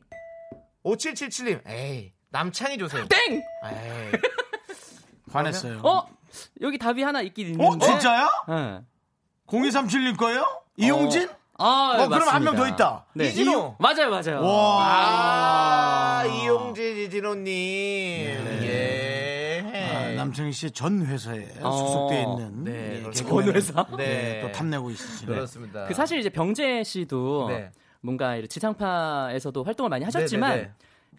5777님, 에이, 남창희 조세요. 땡. 에이. 반했어요. 어? 여기 답이 하나 있긴 있는데. 어, 진짜요? 네. 0237님 거예요? 이용진? 아, 어, 그럼 한 명 더 있다. 네. 이진호. 맞아요, 맞아요. 아. 와, 아, 이용진, 이진호님. 예. 아, 남창희 씨 전 회사에 소속돼 있는 네, 예, 그렇습니다. 개그맨을 전 회사? 네, 네. 또 탐내고 있으시네. 그렇습니다. 그 사실 이제 병재 씨도 네. 뭔가 이런 지상파에서도 활동을 많이 하셨지만 네네네.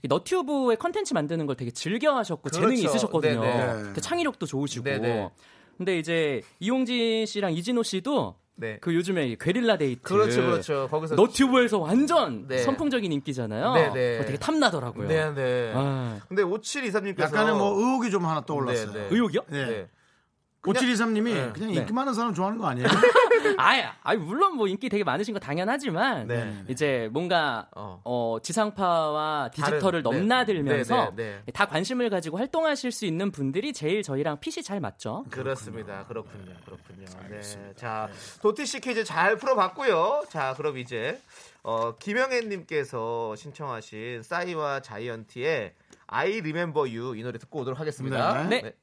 이 너튜브에 컨텐츠 만드는 걸 되게 즐겨 하셨고 그렇죠. 재능이 있으셨거든요. 네네. 그 창의력도 좋으시고. 네네. 근데 이제 이용진 씨랑 이진호 씨도 네. 그 요즘에 이 게릴라 데이트 그렇죠, 그렇죠. 거기서 너튜브에서 완전 네. 선풍적인 인기잖아요. 네네. 그거 되게 탐나더라고요. 네, 네. 아. 근데 5723님께서 약간의 뭐 의혹이 뭐 좀 하나 떠올랐어요. 네, 네. 의혹이요? 네. 5723님이 네. 그냥 네. 인기 많은 사람 좋아하는 거 아니에요? 아예, 아니 물론 뭐 인기 되게 많으신 거 당연하지만 네, 네, 네. 이제 뭔가 어. 지상파와 다른, 네. 디지털을 넘나들면서 네, 네, 다 관심을 가지고 활동하실 수 있는 분들이 제일 저희랑 핏이 잘 맞죠. 그렇습니다. 그렇군요. 그렇군요. 네. 자, 도티 씨 퀴즈 잘 풀어봤고요. 자, 그럼 이제 어, 김영애님께서 신청하신 싸이와 자이언티의 I Remember You 이 노래 듣고 오도록 하겠습니다. 네.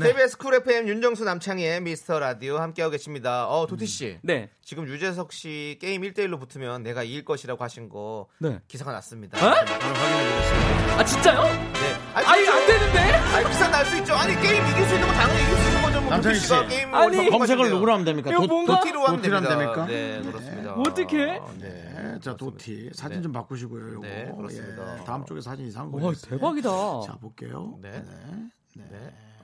KBS 쿨 FM 윤정수 남창희의 미스터 라디오 함께하고 계십니다. 어, 도티 씨. 네. 지금 유재석 씨 게임 1대1로 붙으면 내가 이길 것이라고 하신 거 네. 기사가 났습니다. 어? 바로 확인해 보겠습니다. 아 진짜요? 네. 아니, 안 되는데? 아니 기사 날 수 있죠. 아니 게임 이길 수 있는 거 당연히 이길 수 있는 거죠. 뭐 도티 남창희 씨. 씨가 게임 아니, 검색을 누구로 하면 됩니까? 도, 도- 도- 도티로 하면 도티로 하면 됩니다. 됩니까? 네 그렇습니다. 어떻게? 네, 자 도티 사진 좀 바꾸시고요. 요거. 네, 그렇습니다. 예, 다음 쪽에 사진 이상한 거. 와 대박이다. 자 볼게요. 네. 네.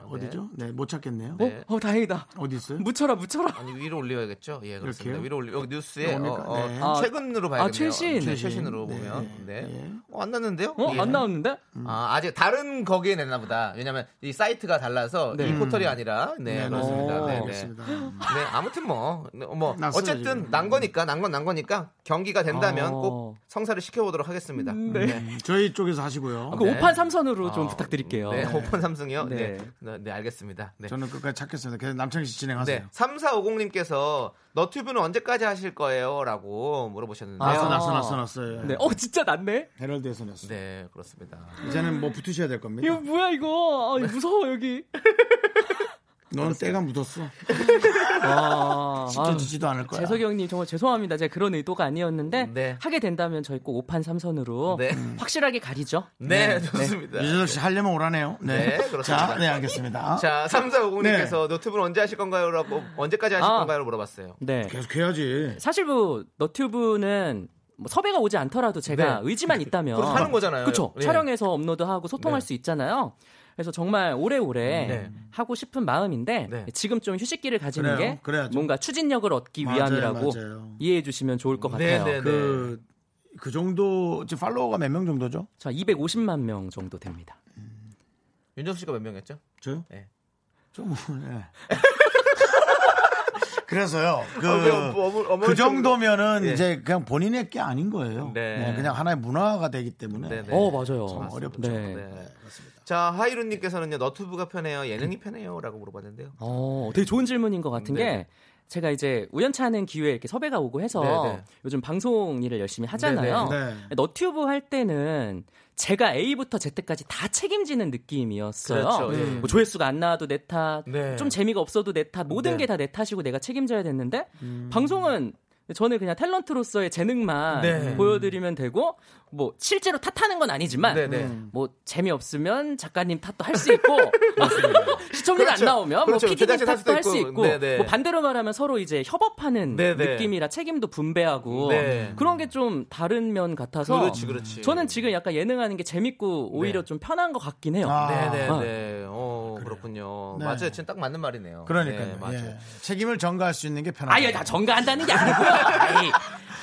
어디죠? 네, 못 찾겠네요. 네. 어 다행이다. 어디 있어요? 묻혀라 묻혀라. 아니 위로 올려야겠죠. 예 그렇습니다. 이렇게요? 위로 올려 여기 뉴스에 뭡니까? 어, 어, 네. 아, 최근으로 봐야겠네요. 아, 최신. 네, 최신. 최신으로 네. 음. 보면 네. 예. 어, 안 났는데요? 예. 어안 나오는데? 아, 아직 다른 거기에 냈나 보다. 왜냐면 이 사이트가 달라서 네. 이 포털이 아니라 네, 네, 그렇습니다. 오, 네, 네. 알겠습니다. 네, 아무튼 뭐, 네, 뭐 났어요, 어쨌든 지금. 난 거니까 난 건 난 거니까 경기가 된다면 어. 꼭 성사를 시켜보도록 하겠습니다. 네. 음, 아, 저희 쪽에서 하시고요. 그 네. 오판 삼선으로 좀 어, 부탁드릴게요. 네, 오픈 삼성이요. 네. 네. 네, 네, 알겠습니다. 네. 저는 끝까지 찾겠습니다. 계속 남창희 씨 진행하세요. 네, 3450님께서 너튜브는 언제까지 하실 거예요? 라고 물어보셨는데요. 났어, 아. 났어, 났어, 났어요. 예. 네. 어 진짜 낫네. 헤럴드에서 났어. 요 네, 그렇습니다. 이제는 뭐 붙으셔야 될 겁니다. 이거 뭐야 이거? 아, 이거 무서워 여기. 너는 때가 묻었어. 아, 지켜지지도 않을 거야. 재석이 형님 정말 죄송합니다. 제가 그런 의도가 아니었는데 네. 하게 된다면 저희 꼭 오판 삼선으로 네. 확실하게 가리죠. 네, 좋습니다. 유재석 씨 하려면 오라네요. 네. 네, 그렇습니다. 자, 네, 알겠습니다. 자, 네. 3450님께서 너튜브는 언제 하실 건가요? 라고 언제까지 하실 아. 건가요? 물어봤어요. 네. 계속 해야지. 사실 뭐 너튜브는 뭐 섭외가 오지 않더라도 제가 네. 의지만 있다면 그래서 하는 거잖아요. 그쵸? 예. 촬영해서 업로드하고 소통할 네. 수 있잖아요. 그래서 정말 오래오래 네. 하고 싶은 마음인데 네. 지금 좀 휴식기를 가지는 그래요. 게 그래야죠. 뭔가 추진력을 얻기 맞아요, 위함이라고 맞아요. 이해해 주시면 좋을 것 네, 같아요. 네, 네. 그, 그 정도, 지금 팔로워가 몇 명 정도죠? 자, 250만 명 정도 됩니다. 네. 윤정수 씨가 몇 명이었죠? 저요? 네. 좀, 네. 그래서요, 그, 어, 왜 어머- 어머- 어머- 그 정도면은 예. 이제 그냥 본인의 게 아닌 거예요. 네. 네, 그냥 하나의 문화가 되기 때문에. 네, 네. 어, 맞아요. 참 어렵죠. 네. 네. 자, 하이룬님께서는요, 너튜브가 편해요? 예능이 편해요? 라고 물어봤는데요. 어, 되게 좋은 질문인 것 같은 네. 게 제가 이제 우연치 않은 기회에 이렇게 섭외가 오고 해서 네, 네. 요즘 방송 일을 열심히 하잖아요. 네, 네. 너튜브 할 때는 제가 A부터 Z까지 다 책임지는 느낌이었어요. 그렇죠. 예. 뭐 조회수가 안 나와도 내 탓, 네. 좀 재미가 없어도 내 탓, 모든 네. 게 다 내 탓이고 내가 책임져야 됐는데 방송은 저는 그냥 탤런트로서의 재능만 네. 보여드리면 되고 뭐 실제로 탓하는 건 아니지만 네, 네. 음. 뭐 재미없으면 작가님 탓도 할 수 있고 시청률 그렇죠. 안 나오면 그렇죠. 뭐 PD님 제작진 탓도 탓도 할 수 있고. 있고 네, 네. 뭐 반대로 말하면 서로 이제 협업하는 네, 네. 느낌이라 책임도 분배하고 네. 그런 게 좀 다른 면 같아서 그렇지, 그렇지. 저는 지금 약간 예능하는 게 재밌고 오히려 네. 좀 편한 것 같긴 해요. 아. 네네네. 아. 어, 그렇군요. 네. 맞아요. 지금 딱 맞는 말이네요. 그러니까요. 네, 맞아요. 예. 책임을 전가할 수 있는 게 편하다. 아예 다 정가한다는 게 아니고요. 아이,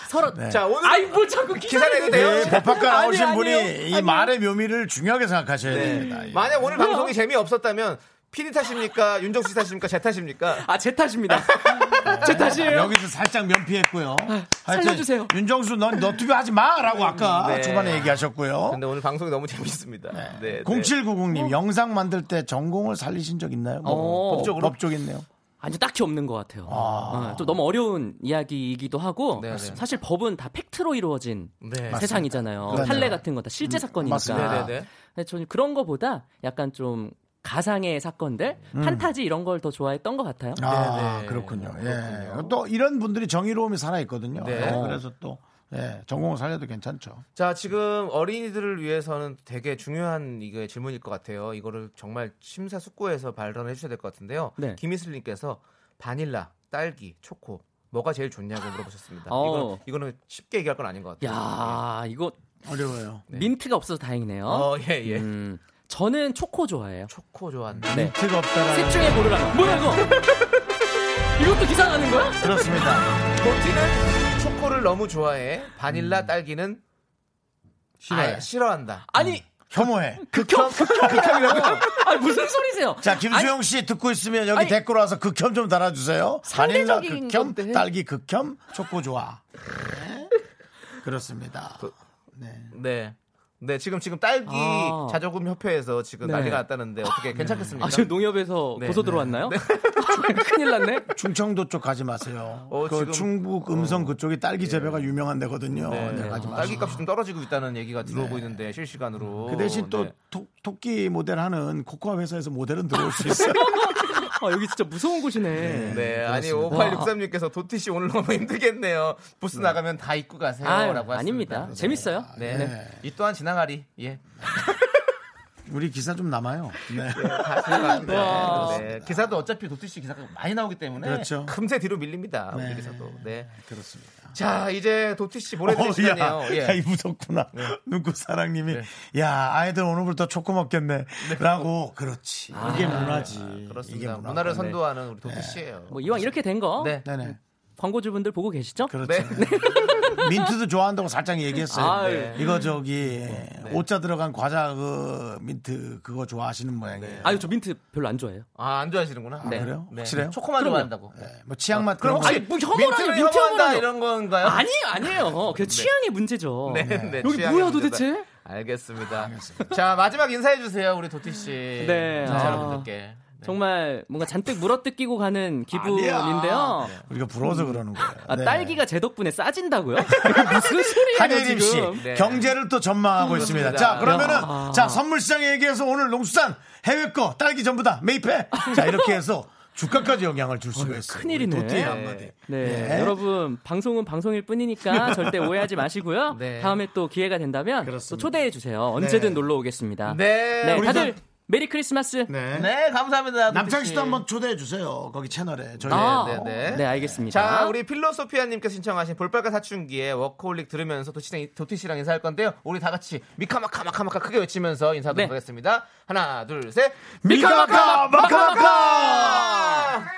서로 예. 자, 오늘 아이 뭐 자꾸 네. 기사 기사를 내도 돼요? 네, 법학과 아니, 나오신 아니에요. 분이 이 아니에요. 말의 묘미를 중요하게 생각하셔야 됩니다. 네. 예. 만약 뭐? 오늘 방송이 재미없었다면, 피디 탓입니까? 윤정수 씨 탓입니까? 제 탓입니까? 아제 탓입니다. 제 탓이에요. 아, 여기서 살짝 면피했고요. 하여튼 살려주세요. 윤정수 넌 너튜브 하지 마라고 아까 네. 초반에 얘기하셨고요. 근데 오늘 방송이 너무 재밌습니다. 네. 네. 0790님 영상 만들 때 전공을 살리신 적 있나요? 뭐, 어. 법적으로 법적 있네요. 아니 딱히 없는 것 같아요. 어, 또 너무 어려운 이야기이기도 하고 네, 네. 사실 법은 다 팩트로 이루어진 네. 세상이잖아요. 그러네요. 판례 같은 건 다 실제 맞습니다. 사건이니까. 네네네. 근데 저는 그런 거보다 약간 좀 가상의 사건들, 음. 판타지 이런 걸 더 좋아했던 것 같아요. 아 네. 그렇군요. 예. 그렇군요. 또 이런 분들이 정의로움이 살아 있거든요. 어, 네. 그래서 또 예, 전공을 살려도 괜찮죠. 자, 지금 어린이들을 위해서는 되게 중요한 이게 질문일 것 같아요. 이거를 정말 심사숙고해서 발언해 주셔야 될 것 같은데요. 네. 김희슬님께서 바닐라, 딸기, 초코 뭐가 제일 좋냐고 물어보셨습니다. 어. 이건, 이거는 쉽게 얘기할 건 아닌 것 같아요. 야 이거 어려워요. 네. 민트가 없어서 다행이네요. 어, 예, 예. 음, 저는 초코 좋아해요. 초코 좋아한다. 네. 힌트가 없다라는 셋 중에 고르라면 뭐야 이거? 이것도 기사 나는 거야? 그렇습니다. 도티는 음. 초코를 너무 좋아해. 바닐라, 딸기는 싫어요. 아예 싫어한다. 아니 혐오해. 극혐? 극혐이라고? 아 무슨 소리세요? 자, 김수영 씨 듣고 있으면 여기 댓글 와서 극혐 좀 달아주세요. 바닐라 상대적인 극혐, 건데. 딸기 극혐, 초코 좋아. 네. 그렇습니다. 네. 네, 지금 지금 딸기 아. 자조금 협회에서 지금 네. 난리가 났다는데 어떻게 괜찮겠습니까? 아 지금 농협에서 네. 고소 네. 들어왔나요? 네. 큰일 났네. 충청도 쪽 가지 마세요. 어, 그 지금- 충북 음성 그쪽이 딸기 재배가 유명한 데거든요. 네, 가지 마세요. 딸기 값이 좀 떨어지고 있다는 얘기가 들어오고 있는데 실시간으로. 그 대신 또 네. 토, 끼 모델 하는 코코아 회사에서 모델은 들어올 수 있어요. 아 여기 진짜 무서운 곳이네. 네, 아니 그렇습니다. 5863님께서 도티 씨 오늘 너무 힘들겠네요. 부스 나가면 다 입고 아유, 가세요라고 아닙니다. 재밌어요. 네. 네. 이 또한 지나가리. 예. 우리 기사 좀 남아요. 네. 다 지나가는데. 와. 네. 기사도 어차피 도티 씨 기사가 많이 나오기 때문에 그렇죠. 금세 뒤로 밀립니다. 우리 네. 기사도. 네. 그렇습니다. 자, 이제 도티 씨 보내드릴 어, 시간이에요. 야, 예. 네. 야, 이 무섭구나. 눈꽃사랑님이, 야, 아이들 오늘부터 초코 먹겠네. 라고, 그렇지. 이게 문화지. 이게 아, 그렇습니다. 문화. 문화를 선도하는 우리 도티 씨예요. 뭐 이왕 이렇게 된 거 네. 네네. 광고주분들 보고 계시죠? 그렇죠. 민트도 좋아한다고 살짝 얘기했어요. 아유. 예. 네. 이거 저기, 오자 들어간 과자 그 민트 그거 좋아하시는 모양이에요. 네. 아유 저 민트 별로 안 좋아해요. 아, 안 좋아하시는구나. 네. 아, 그래요? 확실해요? 초코만 그럼요. 좋아한다고. 네, 뭐 취향맛 그런 그럼 거. 혹시 아니, 뭐 혐오라니, 민트를 민트 혐오한다 혐오라니. 이런 건가요? 아니 아니에요. 그 취향의 문제죠. 네, 네. 여기 취향의 문제다. 뭐야 도대체? 알겠습니다. 자 마지막 인사해 주세요, 우리 도티 씨. 네, 청취자 아. 여러분들께. 정말 뭔가 잔뜩 물어뜯기고 가는 기분인데요. 우리가 부러워서 그러는 거예요. 아, 네. 딸기가 제 덕분에 싸진다고요? 무슨 소리예요 한예림 씨 지금? 네. 경제를 또 전망하고 있습니다. 그렇습니다. 아. 자 그러면은 야. 자 선물 시장 얘기해서 오늘 농수산 해외 거 딸기 전부 다 매입해. 자 이렇게 해서 주가까지 영향을 줄 수가 있어요. 큰일이네. 우리 도티의 한마디. 네, 네. 여러분 방송은 방송일 뿐이니까 절대 오해하지 마시고요. 네. 다음에 또 기회가 된다면 또 초대해 주세요. 언제든 네. 놀러 오겠습니다. 네, 네, 우리 다들 메리 크리스마스. 네. 네, 감사합니다. 도티 남창 씨. 씨도 한번 초대해 주세요. 거기 채널에 저희. 아, 네, 네. 네, 알겠습니다. 자, 우리 필로소피아님께서 신청하신 볼빨간 사춘기의 워커홀릭 들으면서 도티 씨랑, 도티 씨랑 인사할 건데요. 우리 다 같이 미카마카마카마카 크게 외치면서 인사하도록 네. 하겠습니다. 하나, 둘, 셋. 미카마카 마카마카. 미카마카!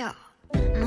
야,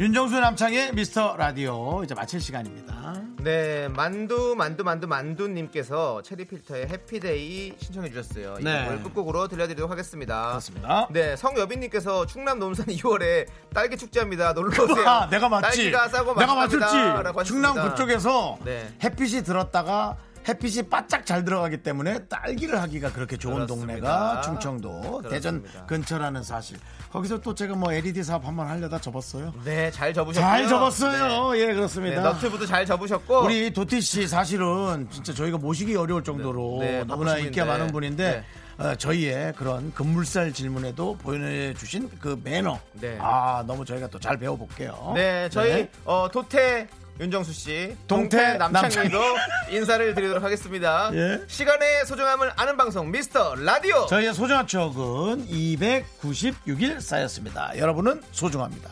윤정수 남창의 미스터 라디오 이제 마칠 시간입니다. 네, 만두, 만두, 만두, 만두님께서 체리필터의 해피데이 신청해 주셨어요. 이 네. 오늘 끝곡으로 들려드리도록 하겠습니다. 맞습니다. 네, 성여빈님께서 충남 논산 2월에 딸기 축제합니다. 놀러 오세요. 아, 내가 맞지. 딸기가 싸고 내가 맛있답니다. 라고 맞췄지. 충남 하셨습니다. 그쪽에서 네. 햇빛이 들었다가 햇빛이 바짝 잘 들어가기 때문에 딸기를 하기가 그렇게 좋은 그렇습니다. 동네가 충청도 대전 그렇습니다. 근처라는 사실. 거기서 또 제가 뭐 LED 사업 한번 하려다 접었어요. 네, 잘 접으셨고요. 잘 접었어요. 예, 네, 그렇습니다. 너튜브도 잘 접으셨고 우리 도티 씨 사실은 진짜 저희가 모시기 어려울 정도로 네, 네, 너무나 바쁘신 인기가 분인데. 많은 분인데 어, 저희의 그런 급물살 질문에도 보여주신 그 매너 네. 아 너무 저희가 또 잘 배워볼게요. 네, 저희 네. 어, 도태 윤정수 씨, 동태 남창희도 인사를 드리도록 하겠습니다. 예. 시간의 소중함을 아는 방송 미스터 라디오. 저희의 소중한 추억은 296일 쌓였습니다. 여러분은 소중합니다.